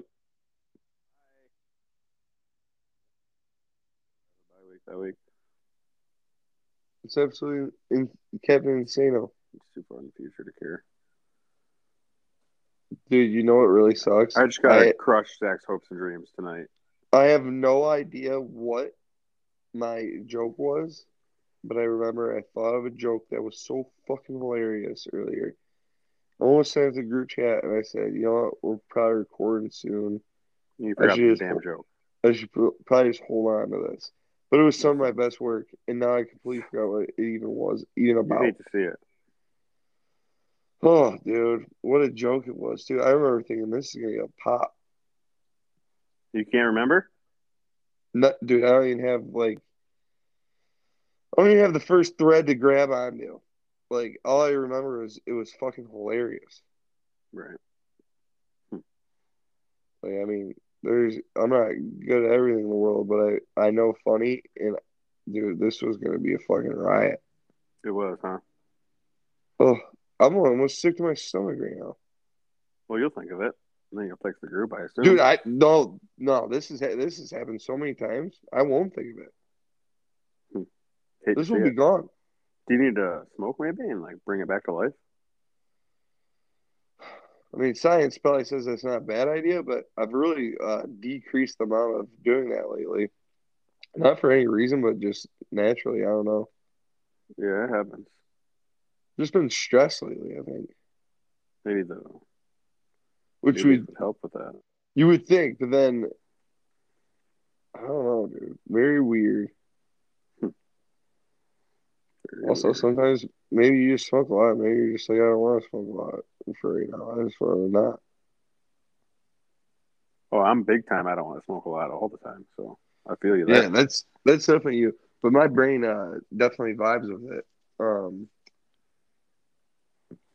[SPEAKER 5] Bye week that week.
[SPEAKER 4] It's absolutely in- Captain Insano.
[SPEAKER 5] It's too far in the future to care.
[SPEAKER 4] Dude, you know what really sucks?
[SPEAKER 5] I just gotta
[SPEAKER 4] I-
[SPEAKER 5] crush Zach's hopes and dreams tonight.
[SPEAKER 4] I have no idea what my joke was, but I remember I thought of a joke that was so fucking hilarious earlier. I almost sent it to group chat and I said, you know what, we're probably recording soon.
[SPEAKER 5] You
[SPEAKER 4] I
[SPEAKER 5] forgot
[SPEAKER 4] should
[SPEAKER 5] the
[SPEAKER 4] just-
[SPEAKER 5] damn joke.
[SPEAKER 4] I should pro- probably just hold on to this. But it was some of my best work, and now I completely forgot what it even was, even
[SPEAKER 5] You
[SPEAKER 4] about.
[SPEAKER 5] hate to see it.
[SPEAKER 4] Oh, dude, what a joke it was, too. I remember thinking this is gonna get a pop.
[SPEAKER 5] You can't remember?
[SPEAKER 4] No, dude, I don't even have like, I don't even have the first thread to grab onto. Like, all I remember is it was fucking hilarious.
[SPEAKER 5] Right.
[SPEAKER 4] Like, I mean, there's, I'm not good at everything in the world, but I, I know funny, and dude, this was gonna be a fucking riot.
[SPEAKER 5] It was, huh?
[SPEAKER 4] Oh, I'm almost sick to my stomach right now,
[SPEAKER 5] Well, you'll think of it. And then you'll text the group, I assume.
[SPEAKER 4] dude. I no, no, this is this has happened so many times. I won't think of it.
[SPEAKER 5] hate to
[SPEAKER 4] This
[SPEAKER 5] see
[SPEAKER 4] will be
[SPEAKER 5] it.
[SPEAKER 4] gone.
[SPEAKER 5] Do you need to smoke maybe and like bring it back to life?
[SPEAKER 4] I mean, science probably says that's not a bad idea, but I've really uh, decreased the amount of doing that lately. Not for any reason, but just naturally. I don't know.
[SPEAKER 5] Yeah, it happens.
[SPEAKER 4] Just been stressed lately, I think.
[SPEAKER 5] Maybe the
[SPEAKER 4] Which
[SPEAKER 5] maybe
[SPEAKER 4] we
[SPEAKER 5] it would help with that.
[SPEAKER 4] you would think, but then I don't know, dude. Very weird.
[SPEAKER 5] Very
[SPEAKER 4] Also,
[SPEAKER 5] weird.
[SPEAKER 4] sometimes maybe you just smoke a lot. Maybe you're just like, I don't want to smoke a lot for right now. I just want to not.
[SPEAKER 5] Oh, I'm big time. I don't want to smoke a lot all the time, so I feel you
[SPEAKER 4] Yeah,
[SPEAKER 5] there.
[SPEAKER 4] that's that's definitely you. But my brain uh definitely vibes with it. Um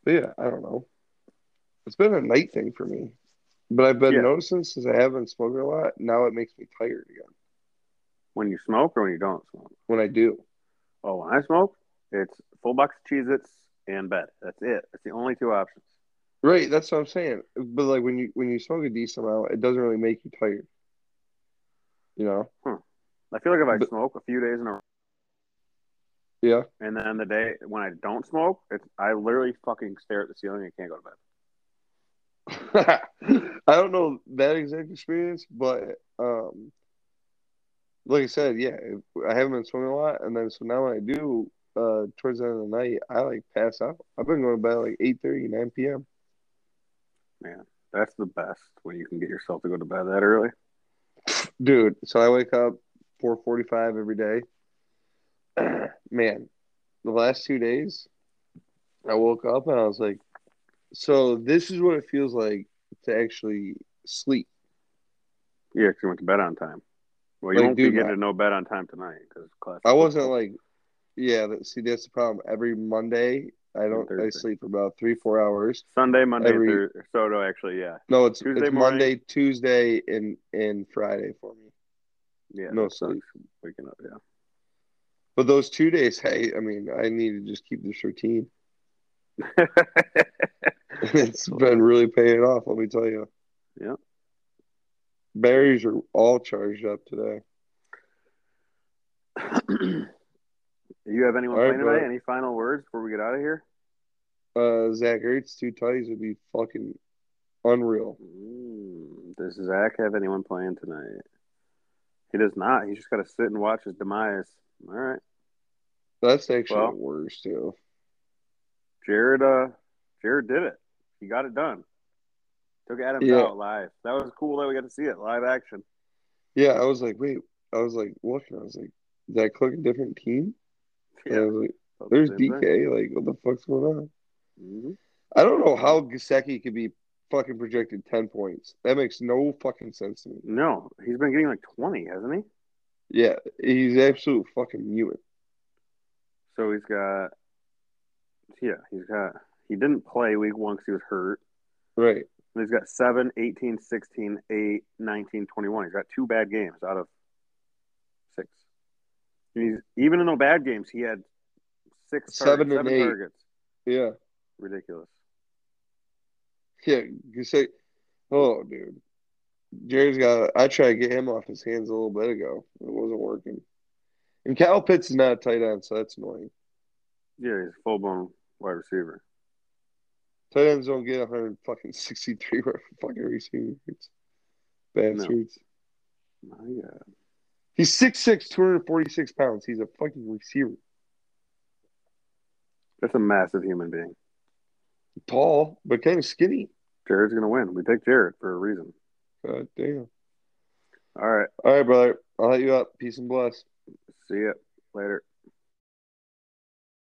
[SPEAKER 4] but yeah, I don't know. It's been a night thing for me. But I've been
[SPEAKER 5] Yeah.
[SPEAKER 4] noticing since I haven't smoked a lot, now it makes me tired again
[SPEAKER 5] When you smoke or when you don't smoke.
[SPEAKER 4] when I do.
[SPEAKER 5] Oh, when I smoke, it's full box of Cheez Its and bed. That's it. That's the only two options.
[SPEAKER 4] Right, that's what I'm saying. But like when you when you smoke a decent amount, it doesn't really make you tired. You know?
[SPEAKER 5] I feel like if I
[SPEAKER 4] But-
[SPEAKER 5] smoke a few days in a row
[SPEAKER 4] Yeah.
[SPEAKER 5] and then the day when I don't smoke, it's I literally fucking stare at the ceiling and can't go to bed.
[SPEAKER 4] [laughs] I don't know that exact experience, but um, like I said, yeah, I haven't been swimming a lot, and then so now when I do, uh, towards the end of the night, I like pass out. I've been going to bed at, like 8 9 p.m.
[SPEAKER 5] That's the best when you can get yourself to go to bed that early.
[SPEAKER 4] Dude, so I wake up 4:45 every day. [clears throat] Man, the last two days, I woke up and I was like, so this is what it feels like to actually sleep.
[SPEAKER 5] Yeah, 'cause you went to bed on time. Well, you
[SPEAKER 4] Like,
[SPEAKER 5] won't be
[SPEAKER 4] dude,
[SPEAKER 5] getting
[SPEAKER 4] my-
[SPEAKER 5] to no bed on time tonight because class.
[SPEAKER 4] I wasn't like, yeah. That, see, that's the problem. Every Monday, I don't. I
[SPEAKER 5] Thursday.
[SPEAKER 4] sleep about three, four hours.
[SPEAKER 5] Sunday, Monday,
[SPEAKER 4] every-
[SPEAKER 5] through so no, actually, yeah,
[SPEAKER 4] No, it's
[SPEAKER 5] Tuesday
[SPEAKER 4] it's
[SPEAKER 5] morning.
[SPEAKER 4] Monday, Tuesday, and and Friday for me.
[SPEAKER 5] yeah,
[SPEAKER 4] No
[SPEAKER 5] that sucks.
[SPEAKER 4] sleep.
[SPEAKER 5] Waking up, yeah,
[SPEAKER 4] But those [laughs] two days, hey, I mean, I need to just keep this routine. it's been really paying off, let me tell you.
[SPEAKER 5] Yeah.
[SPEAKER 4] Berries are all charged up today.
[SPEAKER 5] [clears throat] you have anyone
[SPEAKER 4] All right,
[SPEAKER 5] playing tonight?
[SPEAKER 4] brother.
[SPEAKER 5] Any final words before we get out of here?
[SPEAKER 4] Uh, Zach Ertz, two tutties would be fucking unreal.
[SPEAKER 5] Mm, does Zach have anyone playing tonight? He does not. He's just got to sit and watch his demise. All right,
[SPEAKER 4] That's actually
[SPEAKER 5] Well.
[SPEAKER 4] the worst, too.
[SPEAKER 5] Jared. Uh, Jared did it. He got it done. Took Adams
[SPEAKER 4] Yeah.
[SPEAKER 5] out live. That was cool that we got to see it live action. [laughs]
[SPEAKER 4] Yeah, I was like, wait, I was like, looking, I was like, did I click a different team? And I was like, there's DK. Like, what the fuck's going on?
[SPEAKER 5] Mm-hmm.
[SPEAKER 4] I don't know how Gasecki could be fucking projected 10 points. That makes no fucking sense to me.
[SPEAKER 5] No, he's been getting like twenty, hasn't he?
[SPEAKER 4] Yeah, he's absolute fucking mutant.
[SPEAKER 5] So he's got, yeah, he's got, he didn't play week one because he was hurt.
[SPEAKER 4] Right.
[SPEAKER 5] And he's got 7, 18, 16, 8, 19, 21. He's got two bad games out of six. And he's, even in the bad games, he had six
[SPEAKER 4] Seven
[SPEAKER 5] targets,
[SPEAKER 4] and
[SPEAKER 5] seven
[SPEAKER 4] eight.
[SPEAKER 5] targets.
[SPEAKER 4] Yeah.
[SPEAKER 5] Ridiculous.
[SPEAKER 4] Yeah. Gasecki. Oh, dude. Jared's got. I tried to get him off his hands a little bit ago. It wasn't working. And Cal Pitts is not a tight end, so that's annoying.
[SPEAKER 5] Yeah, he's a full blown wide receiver.
[SPEAKER 4] Tight ends don't get [laughs] 163 fucking receiving yards. Bastards.
[SPEAKER 5] My God.
[SPEAKER 4] He's 6'6, 246 pounds. He's a fucking receiver.
[SPEAKER 5] That's a massive human being.
[SPEAKER 4] Tall, but kind of skinny.
[SPEAKER 5] Jared's going to win. We picked Jared for a reason.
[SPEAKER 4] God damn.
[SPEAKER 5] All right.
[SPEAKER 4] All right, brother. I'll let you up. Peace and bless.
[SPEAKER 5] See ya later.